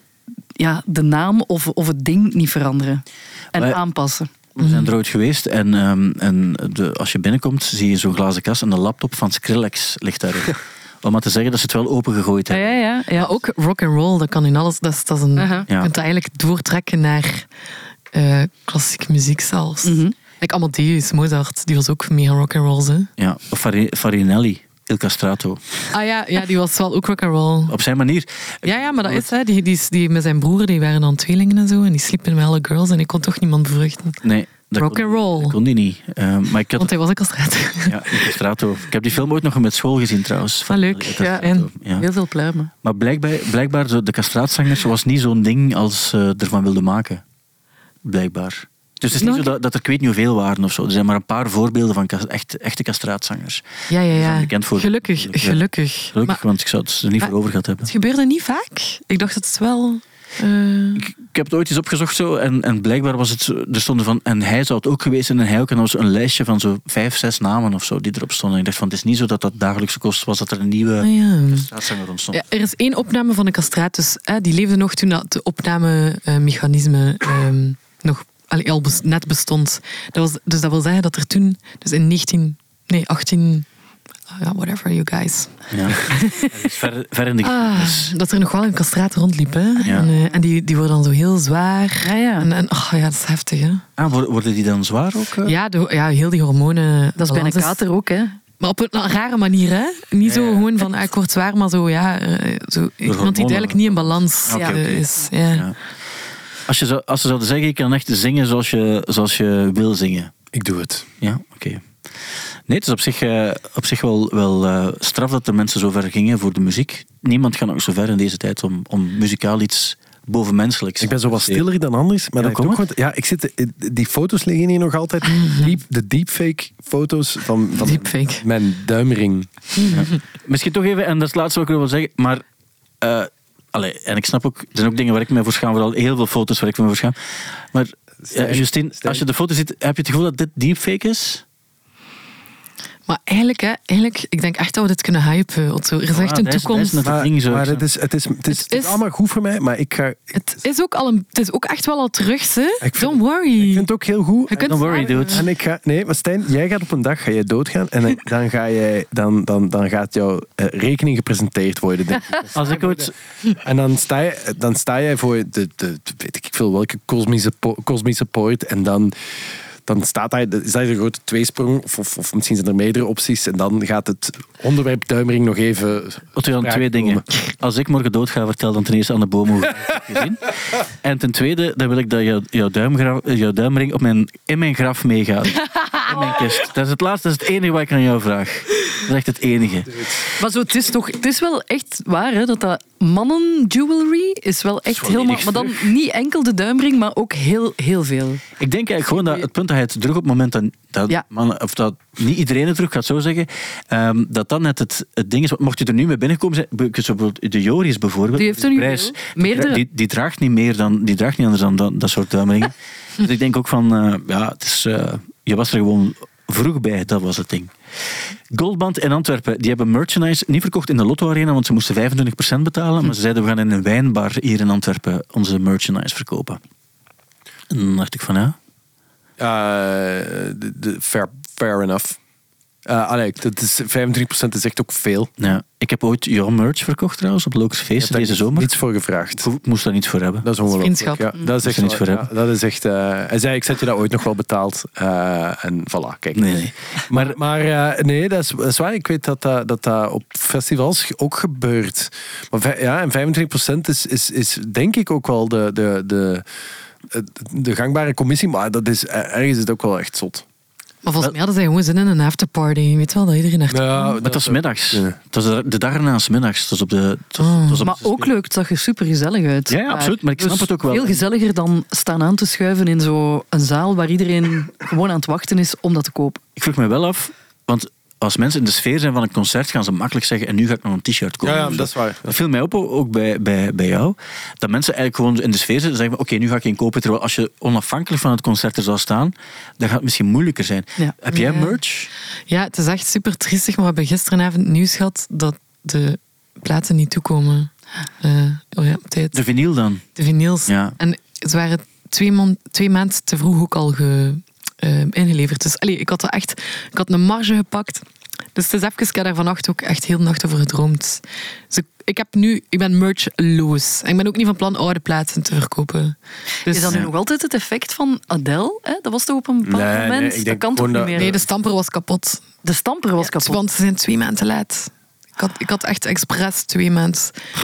ja, de naam of, of het ding niet veranderen en Maar- aanpassen. We Mhm. zijn er ooit geweest en, ehm, en de, als je binnenkomt zie je zo'n glazen kast en de laptop van Skrillex ligt daarin. Om maar te zeggen dat ze het wel opengegooid Ah, hebben. ja, Ja, ook rock and roll, dat kan in alles. Dat is, dat is een, Uh-huh. Je Ja. kunt dat eigenlijk doortrekken naar eh klassieke muziek zelfs. Mhm. Like Amadeus, Mozart, die was ook mega rock and roll. Hè? Ja, of Fari- Farinelli, Il Castrato. Ah ja, ja, die was wel ook rock and roll. Op zijn manier. Ja, ja, maar dat is hè. Die, die, is- die met zijn broer, die waren dan tweelingen en zo. En die sliepen met alle girls en ik kon toch niemand bevruchten. Nee, dat Rock kon- and roll. dat kon die niet. Ehm, maar ik had Want hij was ook al straat. Ja, in Castrato. Ik heb die film ooit nog met school gezien trouwens. Ah, leuk. Van, eh, Ja, Castrato. Ja. Heel veel pluimen. Maar blijkbaar, blijkbaar zo, de castraatzangers was niet zo'n ding als ze ervan wilden maken. Blijkbaar. Dus het is niet Nog- zo dat, dat er ik weet niet hoeveel waren of zo. Er zijn maar een paar voorbeelden van kas- echt, echte castraatzangers. Ja, ja, zijn ja. bekend voor- Gelukkig, Ja. gelukkig. Gelukkig, Maar want ik zou het er niet Maar- voor over gehad hebben. het gebeurde niet vaak. Ik dacht dat het wel... eh, Ik, ik heb het ooit eens opgezocht zo en, en blijkbaar was het, zo- er stonden van, en hij zou het ook geweest zijn en hij ook. En dan was een lijstje van zo vijf, zes namen of zo die erop stonden. En ik dacht van, het is niet zo dat dat dagelijkse kost was dat er een nieuwe ah, ja. straatzanger ontstond. Ja, er is één opname van de castratus. Hè, die leefde nog toen dat de opnamemechanisme ehm nog allee, al bes- net bestond. Dat was, dus dat wil zeggen dat er toen, dus in 19, nee, 18, ah, ja, whatever you guys, Dus Ja. Dus ver, ver in de Ah. Ah. geschiedenis. dat er nog wel een castraat rondliep. Hè? Ja. En, eh, en die, die worden dan zo heel zwaar. Ja, ja. En, en oh ja, dat is heftig. Hè? Ah, wor- worden die dan zwaar ook? eh? Ja, de, ja, heel die hormonen. Dat is bij een balans kater ook, hè? Maar op een rare manier, hè? Niet zo gewoon van, ah, kort zwaar, maar zo, ja. eh, Zo, iemand die hormonen. duidelijk niet in balans Ah, oké, eh, oké. is. Ja. Ja. Als, je zou, als ze zouden zeggen, je kan echt zingen zoals je, zoals je wil zingen. Ik doe het. Ja, oké. Nee, het is op zich, eh, op zich wel, wel eh, straf dat de mensen zo ver gingen voor de muziek. Niemand gaat nog zo ver in deze tijd om, om muzikaal iets bovenmenselijks Ik ben zo wat te presteren. stiller dan anders. Maar Ja, dat kom komt ook goed. Ja, ik zit, die foto's liggen hier nog altijd. Diep, de deepfake foto's van, van Deepfake. mijn duimring. Misschien toch even, en dat is het laatste wat ik wil zeggen, maar... eh, allee, en ik snap ook, er zijn ook dingen waar ik me voor schaam, vooral heel veel foto's waar ik me voor schaam. Maar eh, Justine, Stijn. als je de foto ziet, heb je het gevoel dat dit deepfake is? Maar eigenlijk, hè, eigenlijk, ik denk echt dat we dit kunnen hypen. Otto. Er is echt Ah, een dat is- dat is toekomst. net- Dat ding zo, maar ja. het is, het, is, het, is, het is is- allemaal goed voor mij, maar ik ga... Ik Het is ook, al een, het is ook echt wel al terug, hè? vind- Don't worry. vind het ook heel goed. Je kunt Don't worry, slapen. dude. En ik ga, nee, maar Stijn, jij gaat op een dag ga jij doodgaan en dan- dan, ga jij, dan, dan, dan gaat jouw eh, rekening gepresenteerd worden. Denk ik. Als ik ooit... En dan sta, je, dan sta jij voor de, de, de- weet ik veel welke kosmische, po- kosmische poort en dan, dan staat daar, is daar de grote tweesprong of, of, of misschien zijn er meerdere opties en dan gaat het onderwerp duimering nog even... Otto Jan, Ja, Oh, twee ik dingen. Als ik morgen dood ga, vertel dan ten eerste aan de boom hoe ik het heb gezien. En ten tweede, dan wil ik dat jou- jouw, duimgra- eh, jouw duimring op mijn, in mijn graf meegaat. In mijn kist. Dat is het laatste, dat is het enige wat ik aan jou vraag. Dat is echt het enige. Maar zo, het is toch, het is wel echt waar hè, dat dat mannen jewelry is wel echt volledig helemaal, maar dan niet enkel de duimring, maar ook heel, heel veel. Ik denk eigenlijk gewoon dat het punt dat hij het terug op het moment dat, dat Ja. mannen, of dat niet iedereen het terug gaat zo zeggen, ehm, dat dan net het, het ding is. want Mocht je er nu mee binnenkomen, zijn, bijvoorbeeld de Joris bijvoorbeeld. Die heeft er nu veel. Meerdere. Die, die draagt niet meer dan, die draagt niet anders dan dat, dat soort duimeringen. dus ik denk ook van, eh, ja, het is, eh, je was er gewoon vroeg bij, dat was het ding. Goldband in Antwerpen, die hebben merchandise niet verkocht in de Lotto Arena, want ze moesten 25% Hm. betalen. Maar ze zeiden, we gaan in een wijnbar hier in Antwerpen onze merchandise verkopen. En dan dacht ik van, ja, Eh, de, de- fair, fair enough. Eh, allee, dat is, 25% is echt ook veel. Ja, ik heb ooit jouw merch verkocht trouwens op Lokes Feesten Daar deze heb ik zomer. Niets voor gevraagd. Ik moest daar niets voor hebben. Dat is ongelooflijk. Vriendschap. Ja, dat is Moet echt je niet wel- voor ja, hebben. dat is echt. eh, hij zei: Ik zet je dat ooit nog wel betaald. eh, en voilà, kijk. Nee, nee. Maar, maar eh, nee, dat is, dat is waar. Ik weet dat dat, dat dat op festivals ook gebeurt. Maar vij- ja, en 25% is, is, is denk ik ook wel de, eh, de, de, de gangbare commissie. Maar dat is, ergens is het ook wel echt zot. Maar volgens mij hadden zij gewoon zin in een afterparty. Je weet wel, dat iedereen echt... Ja, Maar dat is middags. Ja. Mm. Het was de de daarna is middags. Het was op de, het was- Oh. het was op Maar ook leuk, het zag er super gezellig uit. Ja, ja, Daar. absoluut, maar ik snap Dus het ook wel. Veel gezelliger dan staan aan te schuiven in zo'n zaal waar iedereen gewoon aan het wachten is om dat te kopen. Ik vroeg me wel af, want als mensen in de sfeer zijn van een concert, gaan ze makkelijk zeggen: en nu ga ik nog een t-shirt kopen. Ja, ja, Of zo. dat is waar. Dat viel mij op ook bij, bij, bij jou. Dat mensen eigenlijk gewoon in de sfeer zitten en zeggen: van, oké, nu ga ik geen kopen. Terwijl als je onafhankelijk van het concert er zou staan, dan gaat het misschien moeilijker zijn. Ja. Heb jij Ja. merch? Ja, het is echt super triestig, maar we hebben gisteravond nieuws gehad dat de platen niet toekomen. Eh, oh ja, op tijd. De vinyl dan? De vinyls. Ja. En het waren twee, mon- twee maanden te vroeg ook al ge, eh, ingeleverd. Dus allee, ik had er echt ik had een marge gepakt. Dus het is even, ik heb daar vannacht ook echt heel de nacht over gedroomd. Dus ik, ik, heb nu, ik ben merchloos. En ik ben ook niet van plan oude platen te verkopen. Dus, is dat nu Ja. nog altijd het effect van Adele? Hè? Dat was toch op een bepaald Nee, nee, moment? ik denk dat kan toch gewoon niet dat- meer? Nee, de stamper was kapot. De stamper was kapot. Want ze zijn twee maanden te laat. Ik had, ik had echt expres twee maanden.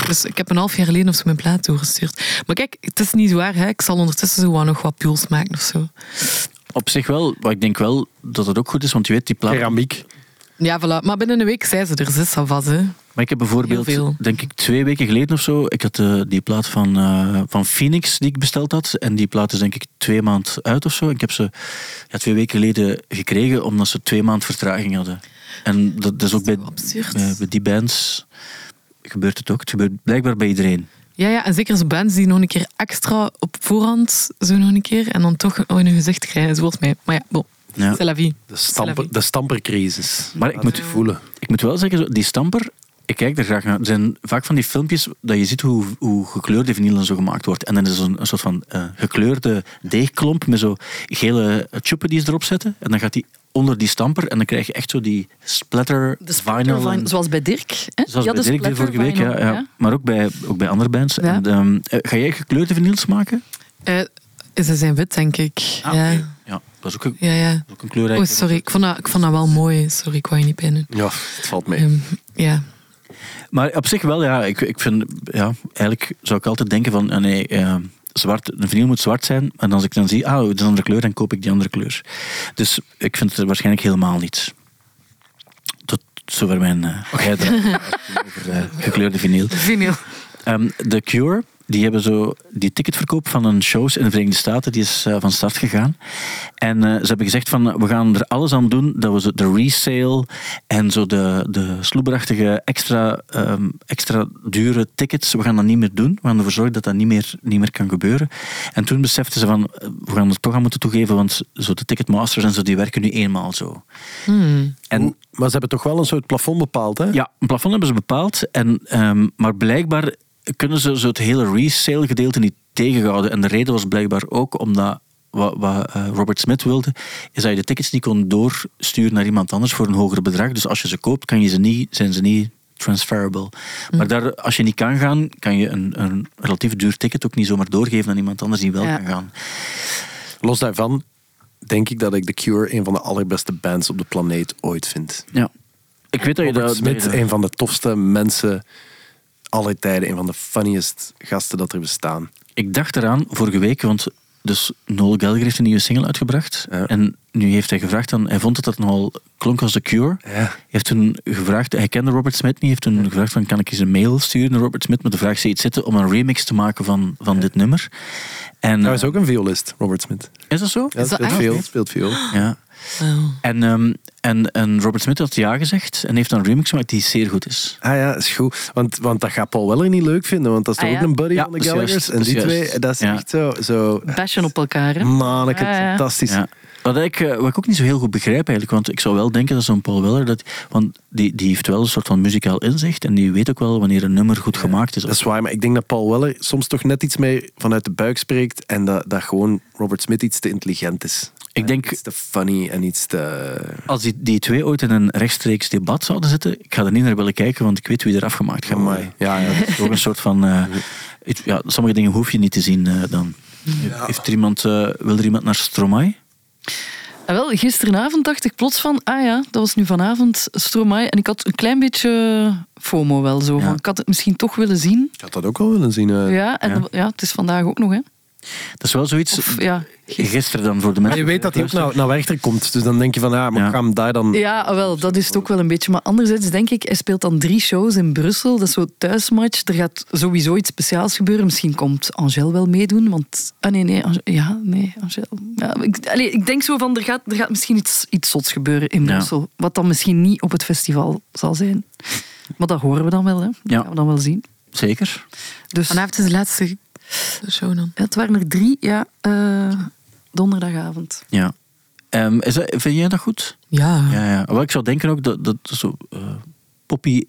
Dus ik heb een half jaar geleden of zo mijn plaat doorgestuurd. Maar kijk, het is niet waar. Hè. Ik zal ondertussen zo wel nog wat puls maken of zo. Op zich wel, maar ik denk wel dat het ook goed is, want je weet die plaat. Keramiek. Ja, voilà. Maar binnen een week zei ze er zes al vast. Hè. Maar ik heb Heel veel. bijvoorbeeld, denk ik, twee weken geleden of zo, ik had eh, die plaat van, eh, van Phoenix die ik besteld had. En die plaat is denk ik twee maand uit of zo. Ik heb ze ja, twee weken geleden gekregen, omdat ze twee maand vertraging hadden. En dat, dat is ook bij, eh, toch absurd? bij, bij die bands gebeurt het ook. Het gebeurt blijkbaar bij iedereen. Ja, ja, en zeker zo bands die nog een keer extra op voorhand, zo nog een keer, en dan toch in hun gezicht krijgen, zoals mij. Maar ja, bon, Ja. c'est la vie. De, Slavi. stamper, de stampercrisis. Maar ik Laat moet- het voelen. Ik moet wel zeggen, zo, die stamper, ik kijk er graag naar. Er zijn vaak van die filmpjes dat je ziet hoe, hoe gekleurde vinyl en zo gemaakt wordt. En dan is er een, een soort van eh, gekleurde deegklomp met zo gele chuppen die ze erop zetten. En dan gaat die onder die stamper en dan krijg je echt zo die splatter de vinyl. splatter en- vinyl, zoals bij Dirk. Hè? Zoals Ja, bij de Dirk deed splatter vorige week, ja, vinyl, ja. maar ook bij, ook bij andere bands. En, ehm, eh, ga jij gekleurde vinyls maken? Eh, ze zijn wit, denk ik. ja. Ah, oké. ja, dat is ook een, ja, ja. ook een kleurrijke... Oh, sorry, ik vond, dat, ik vond dat wel mooi. Sorry, ik wou je niet pijn doen. Ja, het valt mee. Ehm, ja. Maar op zich wel, ja. Ik, ik vind, ja, eigenlijk zou ik altijd denken van, eh, nee, eh, zwart, een vinyl moet zwart zijn. En als ik dan zie, ah, het is een andere kleur, dan koop ik die andere kleur. Dus ik vind het waarschijnlijk helemaal niet. Tot zover mijn eh bijdrage over eh, gekleurde vinyl. Vinyl. Ehm, The Cure, die hebben zo die ticketverkoop van hun shows in de Verenigde Staten, die is eh, van start gegaan. En eh, ze hebben gezegd van, eh, we gaan er alles aan doen, dat we zo de resale en zo de, de sloeberachtige extra, ehm, extra dure tickets, we gaan dat niet meer doen. We gaan ervoor zorgen dat dat niet meer, niet meer kan gebeuren. En toen beseften ze van, eh, we gaan er toch aan moeten toegeven, want zo de ticketmasters en zo, die werken nu eenmaal zo. En Maar ze hebben toch wel een soort plafond bepaald, hè? ja, een plafond hebben ze bepaald. En, ehm, maar blijkbaar kunnen ze zo het hele resale gedeelte niet tegenhouden. En de reden was blijkbaar ook omdat wat, wat eh, Robert Smith wilde, is dat je de tickets niet kon doorsturen naar iemand anders voor een hoger bedrag. Dus als je ze koopt, kan je ze niet, zijn ze niet transferable. Maar daar, als je niet kan gaan, kan je een, een relatief duur ticket ook niet zomaar doorgeven aan iemand anders die wel Ja. kan gaan. Los daarvan denk ik dat ik The Cure een van de allerbeste bands op de planeet ooit vind. Ja. Ik weet dat je Robert dat... Smith, dat je dat- een van de tofste mensen aller tijden. Een van de funniest gasten dat er bestaan. Ik dacht eraan vorige week, want dus Noel Gallagher heeft een nieuwe single uitgebracht. Ja. En nu heeft hij gevraagd, aan, hij vond dat dat nogal klonk als The Cure. Hij Ja. heeft toen gevraagd, hij kende Robert Smith niet, heeft toen gevraagd van kan ik eens een mail sturen naar Robert Smith met de vraag, zie je iets zitten om een remix te maken van, van dit nummer. En, Hij is ook een violist, Robert Smith. Is dat zo? Ja, Is dat speelt echt? veel. Speelt veel. Ja. Oh. En, ehm, en, en Robert Smith had ja gezegd en heeft dan een remix gemaakt die zeer goed is. Ah ja, is goed. Want, want dat gaat Paul Weller niet leuk vinden, want dat is Ah toch ja. ook een buddy Ja, van de dat is Gallagher's. juist, en dat is die twee, eh, juist. dat is Ja. echt zo... zo Bashen op elkaar. Mm. hè. man, ik heb Ah, het ja. fantastisch. Ja. Wat ik, eh, wat ik ook niet zo heel goed begrijp eigenlijk, want ik zou wel denken dat zo'n Paul Weller, dat, want die, die heeft wel een soort van muzikaal inzicht en die weet ook wel wanneer een nummer goed gemaakt is. Dat is waar, maar ik denk dat Paul Weller soms toch net iets meer vanuit de buik spreekt en dat, dat gewoon Robert Smith iets te intelligent is. Ik denk- Iets te funny en iets te... Als die, die twee ooit in een rechtstreeks debat zouden zitten, ik ga er niet naar willen kijken, want ik weet wie er afgemaakt gaat Amai. worden. Ja, ja. Dat is ook een soort van... eh, iets- ja, sommige dingen hoef je niet te zien eh, dan. Heeft er iemand, eh, wil er iemand naar Stromae? En Ah, wel, gisteravond dacht ik plots van, ah ja, dat was nu vanavond Stromae. En ik had een klein beetje eh, FOMO wel zo. Ja. Van, ik had het misschien toch willen zien. Ik had dat ook wel willen zien. eh. Ja, en Ja. ja. het is vandaag ook nog, hè. Dat is wel zoiets. Of, ja, Gisteren dan voor de mensen. Je weet dat hij ook naar, naar Werchter komt, dus dan denk je van, ja, maar Ja. ik ga hem daar dan... Ja, ah, wel, dat is het ook wel een beetje. Maar anderzijds denk ik, hij speelt dan drie shows in Brussel. Dat is zo'n thuismatch. Er gaat sowieso iets speciaals gebeuren. Misschien komt Angel wel meedoen. Want, ah nee, nee, Ange- ja, nee, Angel. Ja, ik, allee, ik denk zo van, er gaat, er gaat misschien iets, iets zots gebeuren in Ja. Brussel. Wat dan misschien niet op het festival zal zijn. Maar dat horen we dan wel, hè. Dat Ja. gaan we dan wel zien. Zeker. Dus, Vanavond is de laatste show dan. ja, het waren er drie, ja, eh, donderdagavond. Ja. Ehm, is dat- vind jij dat goed? Ja. Ja, ja. Wel, ik zou denken ook dat, dat zo eh, poppy,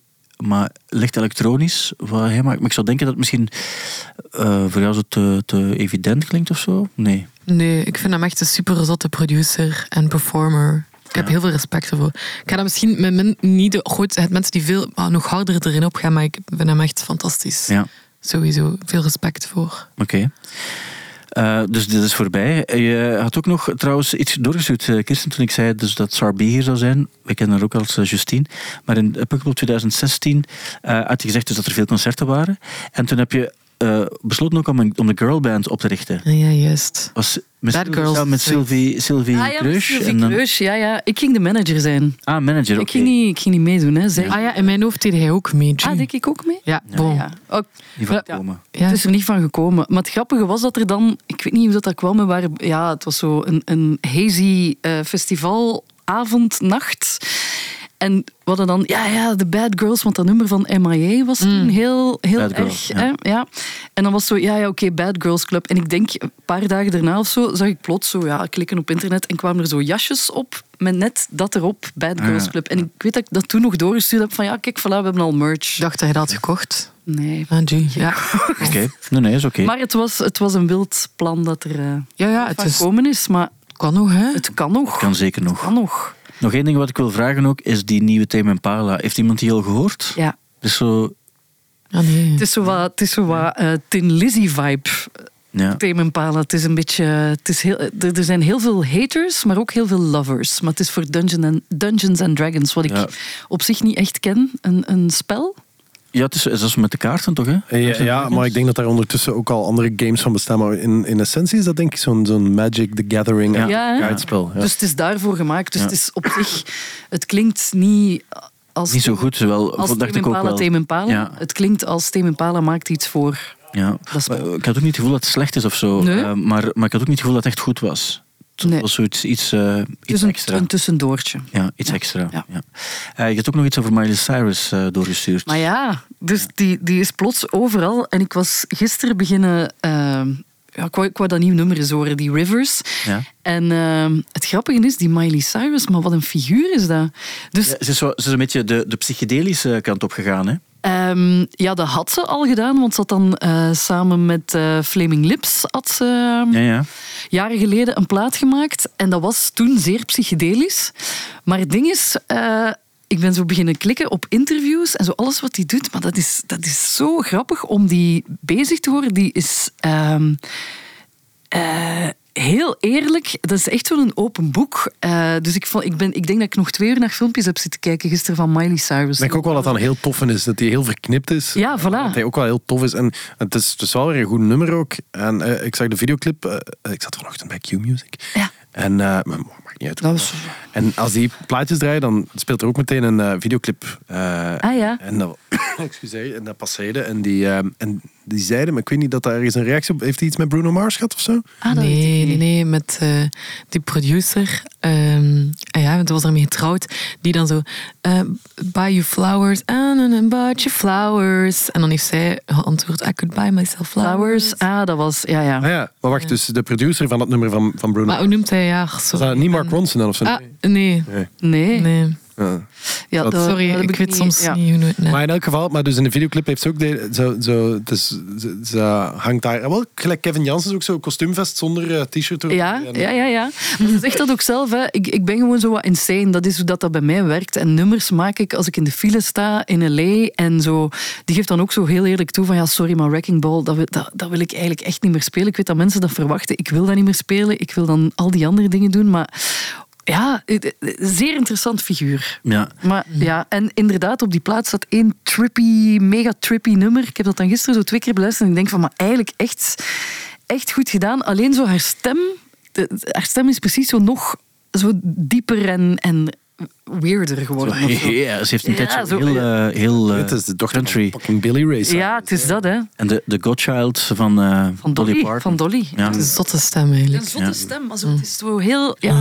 maar licht elektronisch, wat hij maakt. Maar ik zou denken dat het misschien eh, voor jou zo te, te evident klinkt of zo. Nee. Nee, ik vind hem echt een super zotte producer en performer. Ik heb Ja. heel veel respect ervoor. Ik ga dat misschien met min, niet de goed, het mensen die veel ah, nog harder erin opgaan, maar ik vind hem echt fantastisch. Ja. Sowieso veel respect voor. Oké. Eh, dus dit is voorbij. Je had ook nog trouwens iets doorgestuurd, eh, Kirsten, toen ik zei dus dat Sarbi hier zou zijn. Wij kennen haar ook als eh, Justine. Maar in eh, Pukkelpop 2016 eh, had je gezegd dus dat er veel concerten waren. En toen heb je eh, besloten ook om, een, om de girlband op te richten. Ja, ja, juist. Was met, Bad Girls. samen met Sylvie, Sylvie Ah ja, met Kreus. Sylvie en dan- Kreus, ja, ja. Ik ging de manager zijn. Ah, manager. Ik, oké. ging niet, ik ging niet meedoen, hè. Zij, Ah ja, in mijn hoofd deed hij ook mee. G. Ah, denk ik ook mee? Ja, Ja. bon. Ja. Ook, Die van Ja. komen. Ja. Het is er niet van gekomen. Maar het grappige was dat er dan, ik weet niet hoe dat, dat kwam, maar waar, ja, het was zo een, een hazy eh, festivalavond, nacht. En we hadden dan, ja, ja, de Bad Girls, want dat nummer van MIA was toen heel, heel Bad erg. Girls, ja. hè? ja. En dan was zo, ja, ja, oké, Bad Girls Club. En ik denk, een paar dagen daarna of zo, zag ik plots zo, ja, klikken op internet en kwamen er zo jasjes op met net dat erop, Bad Ah, Girls ja. Club. En ik weet dat ik dat toen nog doorgestuurd heb van, ja, kijk, voilà, we hebben al merch. Ik dacht dat hij dat had gekocht. Nee. Ah, G. Ja. Oké. Nee, nee, is oké. Maar het was, het was een wild plan dat er eh, ja, ja, het van is, gekomen is, maar kan nog, hè? het kan nog. Kan zeker nog. Kan nog. Nog één ding wat ik wil vragen ook, is die nieuwe thema Impala. Heeft iemand die al gehoord? Ja. Dus zo... Ah, nee. Het is zo wat, het is zo wat eh, Tin Lizzy-vibe, Ja. Tame Impala. Het is een beetje... Het is heel, er, er zijn heel veel haters, maar ook heel veel lovers. Maar het is voor Dungeon and, Dungeons and Dragons, wat ik Ja. op zich niet echt ken. Een, een spel. Ja, het is, dat is met de kaarten toch, hè? Ja, ja, maar ik denk dat daar ondertussen ook al andere games van bestaan. Maar in, in essentie is dat denk ik zo'n zo'n Magic the Gathering Ja, hè? kaartspel. Ja. Dus het is daarvoor gemaakt. Dus Ja. het is op zich... Het klinkt niet... Als Niet zo goed, wel, Als dacht Tame ik ook Impala, wel. Tame Impala. Ja. Het klinkt als Tame Impala maakt iets voor... Ja. Dat is wel- Ik had ook niet het gevoel dat het slecht is of zo. Nee. Eh, maar, maar ik had ook niet het gevoel dat het echt goed was. Het Nee. was zoiets iets, eh, Het is iets dus een, extra. een tussendoortje. Ja, iets extra. Ja. Ja. Eh, je hebt ook nog iets over Miley Cyrus eh, doorgestuurd. Maar ja, dus Die, die is plots overal. En ik was gisteren beginnen... ehm, ja, ik, wou, ik wou dat nieuw nummer eens horen, die Rivers. Ja. En ehm, het grappige is, die Miley Cyrus, maar wat een figuur is dat. Dus Ja, ze, is wel- ze is een beetje de, de psychedelische kant op gegaan, hè? Ehm, ja, dat had ze al gedaan, want ze had dan eh, samen met eh, Flaming Lips had ze, ehm, Ja, ja. jaren geleden een plaat gemaakt. En dat was toen zeer psychedelisch. Maar het ding is, eh, ik ben zo beginnen klikken op interviews en zo alles wat hij doet. Maar dat is, dat is zo grappig om die bezig te horen. Die is. ehm, eh, heel eerlijk, dat is echt wel een open boek. Eh, dus ik, vond, ik, ben, ik denk dat ik nog twee uur naar filmpjes heb zitten kijken gisteren van Miley Cyrus. Ik denk ook wel dat dat een heel toffen is. Dat hij heel verknipt is. Ja, voilà. Dat hij ook wel heel tof is. En het is, het is wel weer een goed nummer ook. En eh, ik zag de videoclip. eh, ik zat vanochtend bij Q-Music. Ja. En, eh, maar maakt niet uit. Dat was- En als die plaatjes draaien, dan speelt er ook meteen een eh, videoclip. eh, Ah, ja. En dat, excuseer, en dat passeerde. En die, eh, en die zeiden, maar ik weet niet dat daar eens een reactie op... Heeft hij iets met Bruno Mars gehad of zo? Ah, dat weet ik nee, niet. nee, nee, met eh, die producer. ehm ah ja, want hij was ermee getrouwd. Die dan zo. eh, buy you flowers. ah, And, and, and buy you flowers. En dan heeft zij geantwoord: I could buy myself flowers. Flowers, ah, dat was, ja, ja. Ah ja, maar wacht, dus de producer van dat nummer van, van Bruno Maar hoe noemt hij ja? Was Sorry. dat niet Mark Ronson dan of zo? Ah, nee. Nee, Nee. Ja. Ja, Dat- dat- Sorry, dat heb ik weet soms ja. niet hoe het Maar in elk geval, maar dus in de videoclip heeft ze ook de, zo, zo, dus, ze, ze hangt daar. ah, Wel, gelijk Kevin Janssens ook zo kostuumvest zonder eh, t-shirt. erop. Ja, En- ja, ja, ja. Maar ze zegt dat ook zelf. Hè. Ik, ik ben gewoon zo wat insane. Dat is hoe dat, dat bij mij werkt. En nummers maak ik als ik in de file sta in L.A. En zo. Die geeft dan ook zo heel eerlijk toe van... Ja, sorry, maar Wrecking Ball, dat, wil- dat, dat wil ik eigenlijk echt niet meer spelen. Ik weet dat mensen dat verwachten. Ik wil dat niet meer spelen. Ik wil dan al die andere dingen doen. Maar ja, het- het- zeer interessant figuur. ja. Maar ja, en inderdaad, op die plaats staat één trippy, mega trippy nummer. Ik heb dat dan gisteren zo twee keer beluisterd en ik denk van, maar eigenlijk echt, echt goed gedaan. Alleen zo haar stem, de- de- haar stem is precies zo nog zo dieper en, en weirder geworden. of zo. Ja, ze heeft een Ja, tijd zo zo- heel, eh, heel eh, Dit is de dochter country. van fucking Billy Ray Cyrus. Ja, het is dat, hè. En de, de godchild van, eh, Van Dolly, Dolly. Parton. van Dolly. Ja. Een zotte stem eigenlijk. Een zotte stem, maar zo, het is zo heel... Ja.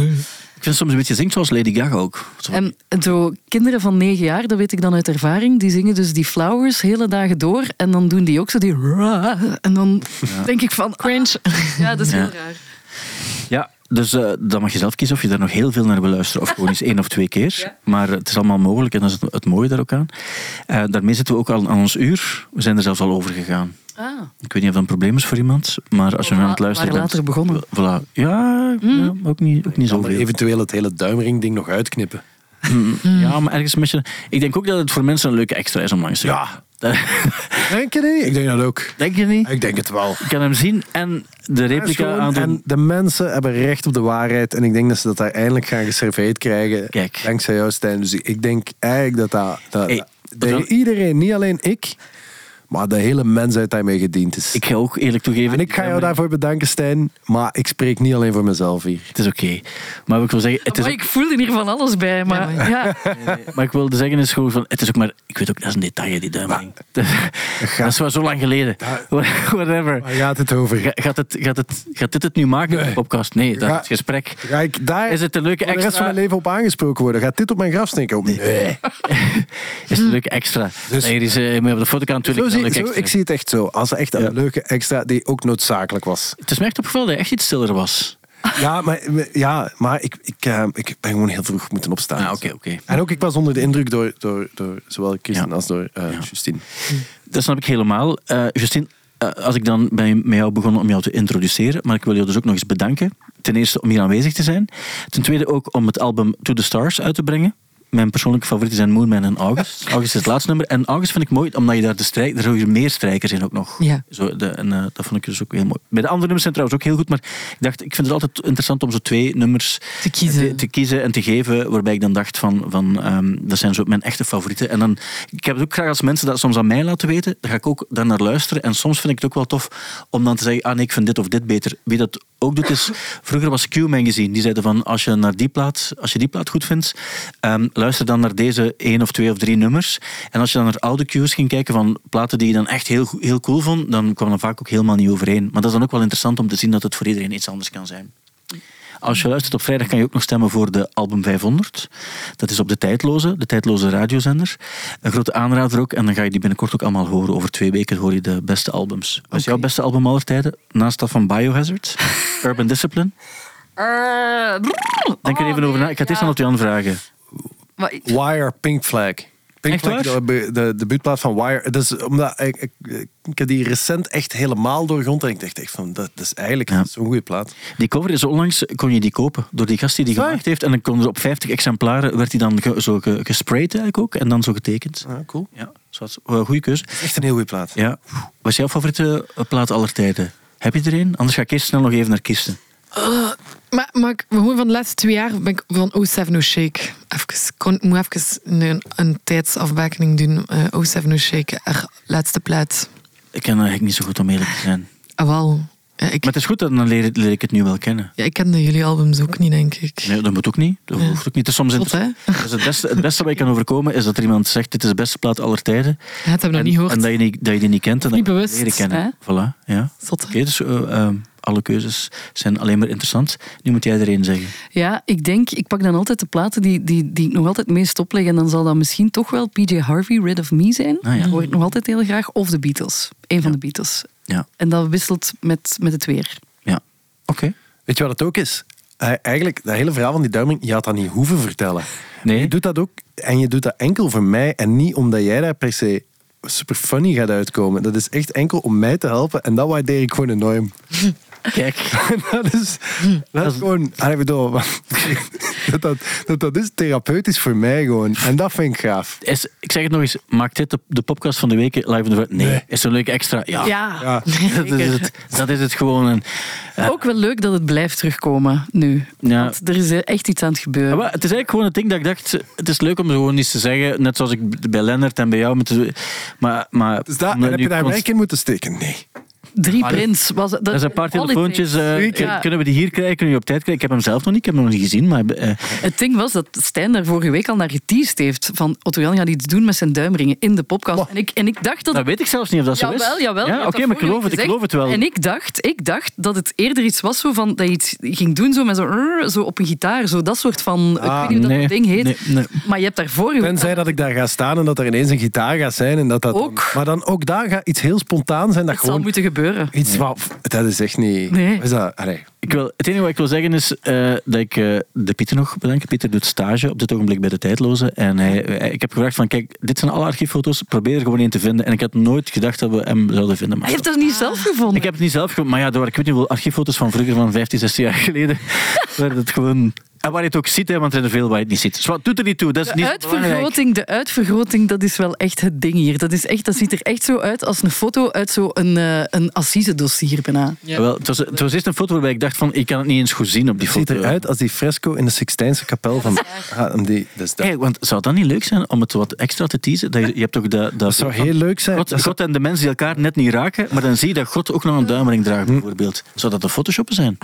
Ik vind soms een beetje zingt zoals Lady Gaga ook. Zo van- En zo, kinderen van negen jaar, dat weet ik dan uit ervaring, die zingen dus die flowers hele dagen door en dan doen die ook zo die... ra- En dan denk ik van... Cringe. Ja, dat is heel raar. Ja, dus eh, dan mag je zelf kiezen of je daar nog heel veel naar wil luisteren. Of gewoon eens één of twee keer. Maar eh, het is allemaal mogelijk en dat is het, het mooie daar ook aan. Eh, daarmee zitten we ook al aan ons uur. We zijn er zelfs al over gegaan. Ah. Ik weet niet of dat een probleem is voor iemand. Maar als je nog aan het Waar- luisteren waar bent... later begonnen. Mm. Voilà. Ja, ja, ook niet, ook niet Kan er zoveel. eventueel het hele duimring-ding nog uitknippen. Mm. Ja, maar ergens een beetje... Ik denk ook dat het voor mensen een leuke extra is om langs te gaan. Ja. Denk je niet? Ik denk dat ook. Denk je niet? Ik denk het wel. Ik kan hem zien en de replica Gewoon, aandoen. en de mensen hebben recht op de waarheid. En ik denk dat ze dat uiteindelijk gaan geserveerd krijgen. Kijk. Dankzij jou, Stijn. Dus ik denk eigenlijk dat dat... dat, Hey, dat dat- iedereen, niet alleen ik, maar de hele mensheid daarmee gediend is. Ik ga ook eerlijk toegeven... en ik ga jou ben- daarvoor bedanken, Stijn. Maar ik spreek niet alleen voor mezelf hier. Het is oké. Maar wat ik wil zeggen... Het is Maar ook- ik voelde hier van alles bij, maar Ja, maar- ja. Maar ik wilde zeggen is gewoon van, het is ook maar, ik weet ook, dat is een detail die duiming. Dat is wel zo lang geleden. Whatever. Waar gaat het over? Ga- Gaat, het, gaat, het, gaat dit het nu maken, de podcast? Nee, dat is het gesprek. Ga ik daar Is het een leuke voor de rest extra? van mijn leven op aangesproken worden? Gaat dit op mijn graf stinken? Oh, Nee. Is het leuk extra? Dus- Dus, nee, die is eh, mee op de foto kan Zo natuurlijk zie- wel leuk zo- extra. ik zie het echt zo. Als echt een Ja. leuke extra die ook noodzakelijk was. Het is me echt opgevallen dat hij echt iets stiller was. Ja, maar, ja, maar ik, ik, eh, ik ben gewoon heel vroeg moeten opstaan. Ah, oké, oké. En ook ik was onder de indruk door, door, door zowel Kirsten Ja. als door eh, Justine. Dat snap ik helemaal. Eh Justine, eh, als ik dan bij, met jou begonnen om jou te introduceren, maar ik wil jou dus ook nog eens bedanken. Ten eerste om hier aanwezig te zijn. Ten tweede ook om het album To The Stars uit te brengen. Mijn persoonlijke favorieten zijn Moonman en August. August is het laatste nummer. En August vind ik mooi, omdat je daar de strijk... Er zijn meer strijkers in ook nog. Ja. Zo, de, en eh, dat vond ik dus ook heel mooi. Bij de andere nummers zijn trouwens ook heel goed, maar ik dacht, ik vind het altijd interessant om zo twee nummers eh, Te kiezen. te, te kiezen en te geven, waarbij ik dan dacht van, van ehm, dat zijn zo mijn echte favorieten. En dan, ik heb het ook graag als mensen dat soms aan mij laten weten, dan ga ik ook daar naar luisteren. En soms vind ik het ook wel tof om dan te zeggen, ah nee, ik vind dit of dit beter. Wie dat ook doet is, vroeger was Q-magazine, die zeiden van, als je, naar die plaat, als je die plaat goed vindt, ehm, luister dan naar deze één of twee of drie nummers. En als je dan naar oude cues ging kijken van platen die je dan echt heel, go- heel cool vond, dan kwam dat vaak ook helemaal niet overeen. Maar dat is dan ook wel interessant om te zien dat het voor iedereen iets anders kan zijn. Als je luistert op vrijdag kan je ook nog stemmen voor de Album 500. Dat is op de Tijdloze, de Tijdloze radiozender. Een grote aanrader ook. En dan ga je die binnenkort ook allemaal horen. Over twee weken hoor je de beste albums. Wat is jouw beste album aller tijden? Naast dat van Biohazard, Urban Discipline. Eh, brrr. Denk er Oh, even over na. nee, Ik ga het eerst ja. aan Otjan vragen. Maar ik- Wire, Pink Flag. Pink Echt Flag, waar? de, de, de debuutplaat van Wire. Dat is omdat ik, ik, ik heb die recent echt helemaal doorgrond. En ik dacht echt van, dat, dat is eigenlijk Ja. zo'n goede plaat. Die cover is onlangs, kon je die kopen door die gast die die Waar? gemaakt heeft. En dan kon er op 50 exemplaren, werd die dan ge- zo ge- gesprayed eigenlijk ook. En dan zo getekend. Ah, cool. Ja, goede keuze. Echt een heel goede plaat. Ja. Wat is jouw favoriete eh, plaat aller tijden? Heb je er een? Anders ga ik eerst snel nog even naar kisten. Maar, maar ik, gewoon van de laatste twee jaar ben ik van O Seven O Shake. Even, ik kon, ik moet even een, een tijdsafbakening doen. Eh O Seven O Shake, haar laatste plaat. Ik ken eigenlijk niet zo goed om eerlijk te zijn. Maar Ah, wel. Ja, ik, het is goed, dan leer, leer ik het nu wel kennen. ja, ik kende jullie albums ook niet, denk ik. Nee, dat moet ook niet. Dat Ja. hoeft ook niet. Het is soms Zot, hè? inter- dat is het, beste, het beste wat je kan overkomen is dat er iemand zegt: Dit is de beste plaat aller tijden. Ja, dat hebben we nog en, niet gehoord. En dat je, niet, dat je die niet kent en dat Niet je die bewust, leren kennen. hè? Voilà, ja. Zot, hè? Oké, dus eh, ehm, alle keuzes zijn alleen maar interessant. Nu moet jij er één zeggen. ja, ik denk, ik pak dan altijd de platen die, die, die ik nog altijd het meest opleg. En dan zal dat misschien toch wel PJ Harvey, Rid of Me zijn. Ah, ja. Dat hoor ik nog altijd heel graag. Of de Beatles. Een van de Beatles. Ja, En dat wisselt met, met het weer. ja. Oké. Weet je wat het ook is? Eh, eigenlijk, dat hele verhaal van die duiming, je had dat niet hoeven vertellen. Nee. Je doet dat ook, en je doet dat enkel voor mij, en niet omdat jij daar per se super funny gaat uitkomen. Dat is echt enkel om mij te helpen, en dat waardeer ik gewoon enorm. Kijk. dat is, dat is gewoon, ah, ik bedoel, wat- dat, dat, dat, dat is therapeutisch voor mij gewoon. En dat vind ik gaaf. Is, ik zeg het nog eens, maakt dit de, de podcast van de week live on the road? Nee. Nee. Is een leuke extra? Ja. Ja. Dat, is het, dat is het gewoon. Een, eh, Ook wel leuk dat het blijft terugkomen nu. Ja. Ah, Want er is eh, echt iets aan het ja, gebeuren. maar het is eigenlijk gewoon het ding dat ik dacht, het is leuk om gewoon iets te zeggen, net zoals ik bij Lennart en bij jou. Met de, maar, maar, Dus dat, om en dat heb nu je daar const- werk in moeten steken? Nee. Drie Maar dat- prints. Was, dat, Er zijn een paar telefoontjes. eh, All it kun- takes. Kunnen we die hier krijgen? Kunnen we die op tijd krijgen? Ik heb hem zelf nog niet, ik heb hem nog niet gezien. Maar eh, Het ding was dat Stijn daar vorige week al naar geteased heeft. Van Otto Jan gaat iets doen met zijn duimringen in de podcast. Oh. En, ik, en ik dacht dat. dat weet ik zelfs niet of dat zo jawel, is. jawel. je Ja, had Oké, dat maar ik vorige geloof het, week ik gezegd. geloof het wel. En ik dacht, ik dacht dat het eerder iets was zo van, dat je iets ging doen zo met zo, rrr, zo op een gitaar. Zo dat soort van. Ah, ik weet niet hoe dat ding heet. nee, nee. Maar je hebt daar vorige week. Tenzij dat ik daar ga staan en dat er ineens een gitaar gaat zijn. En dat dat dan- Ook. maar dan ook daar gaat iets heel spontaan zijn. Dat Het zal gewoon moeten gebeuren. iets wat... Dat is echt niet... Nee. Wat Is dat, allee. Ik wil, het enige wat ik wil zeggen is eh, dat ik eh, de Pieter nog bedank. Pieter doet stage op dit ogenblik bij de Tijdloze. En hij, hij- ik heb gevraagd van, kijk, dit zijn alle archieffoto's. Probeer er gewoon één te vinden. En ik had nooit gedacht dat we hem zouden vinden. Maar Hij heeft dat niet zelf gevonden. Ik heb het niet zelf gemaakt, maar ja, er waren, ik weet niet hoeveel archieffoto's van vroeger, van 15, 16 jaar geleden, waar het gewoon... En waar je het ook ziet, hè, want er zijn er veel waar je het niet ziet. Dus wat doet er niet toe? Dat is De niet belangrijk. uitvergroting, de uitvergroting, dat is wel echt het ding hier. Dat, is echt, dat ziet er echt zo uit als een foto uit zo'n eh een assisedossier bijna. Ja, Wel, het, was, het was eerst een foto waarbij ik dacht van, ik kan het niet eens goed zien op die Het ziet foto. eruit als die fresco in de Sixtijnse kapel van... Ah, die, dus dat, Kijk, want zou dat niet leuk zijn om het wat extra te teasen? Dat je, je hebt toch dat, dat, zou van- heel leuk zijn. God, Dat zou- God en de mensen die elkaar net niet raken, maar dan zie je dat God ook nog een duimering draagt, bijvoorbeeld. Zou dat de photoshoppen zijn?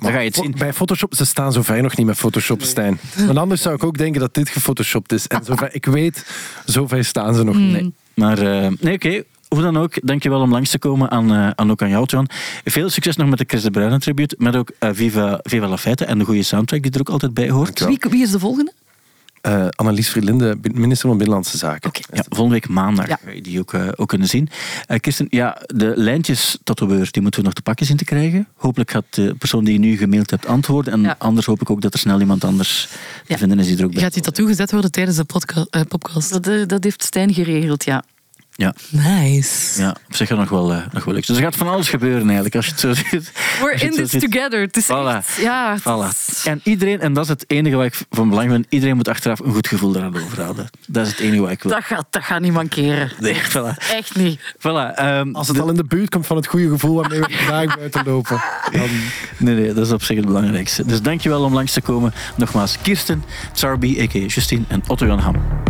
Dan ga je het Fo- zien. Bij Photoshop, ze staan zo ver nog niet met Photoshop, Stijn. Want anders zou ik ook denken dat dit gefotoshopt is. En zover ik weet, zover staan ze nog niet. Maar eh, nee, oké. Hoe dan ook, dankjewel om langs te komen aan, eh, aan ook aan jou, John. Veel succes nog met de Chris de Bruyne tribute, maar ook eh, Viva, Viva La Fête en de goede soundtrack die er ook altijd bij hoort. Dankjewel. Wie, wie is de volgende? Eh, Annelies Verlinde, minister van Binnenlandse Zaken. Ja, volgende week maandag Ja. ga je die ook, eh, ook kunnen zien. Eh Kirsten, ja, de lijntjes tatoeëur, die moeten we nog te pakken zien te krijgen. Hopelijk gaat de persoon die je nu gemaild hebt antwoorden. En Ja. anders hoop ik ook dat er snel iemand anders te Ja. vinden is die er ook bij. Gaat die tattoo gezet worden tijdens de podca- eh, podcast? Dat, eh, dat heeft Stijn geregeld, ja. Ja, Nice. ja, op zich gaat nog wel, eh, nog wel leuk. Dus er gaat van alles gebeuren eigenlijk, als je het zo ziet. We're Als je in het zo this ziet. together. Het is Voilà. echt... Ja, het Voilà. is- En iedereen, en dat is het enige wat ik van belang vind, iedereen moet achteraf een goed gevoel eraan overhouden. Dat is het enige wat ik wil. dat, gaat, dat gaat niet mankeren. Nee, voilà. Echt niet. voilà ehm, Als het al in de buurt komt van het goede gevoel waarmee we vandaag buiten lopen. Dan... nee, nee, dat is op zich het belangrijkste. Dus dankjewel om langs te komen. Nogmaals, Kirsten, Tsarbi, a.k.a. Justine en Otto Jan Ham.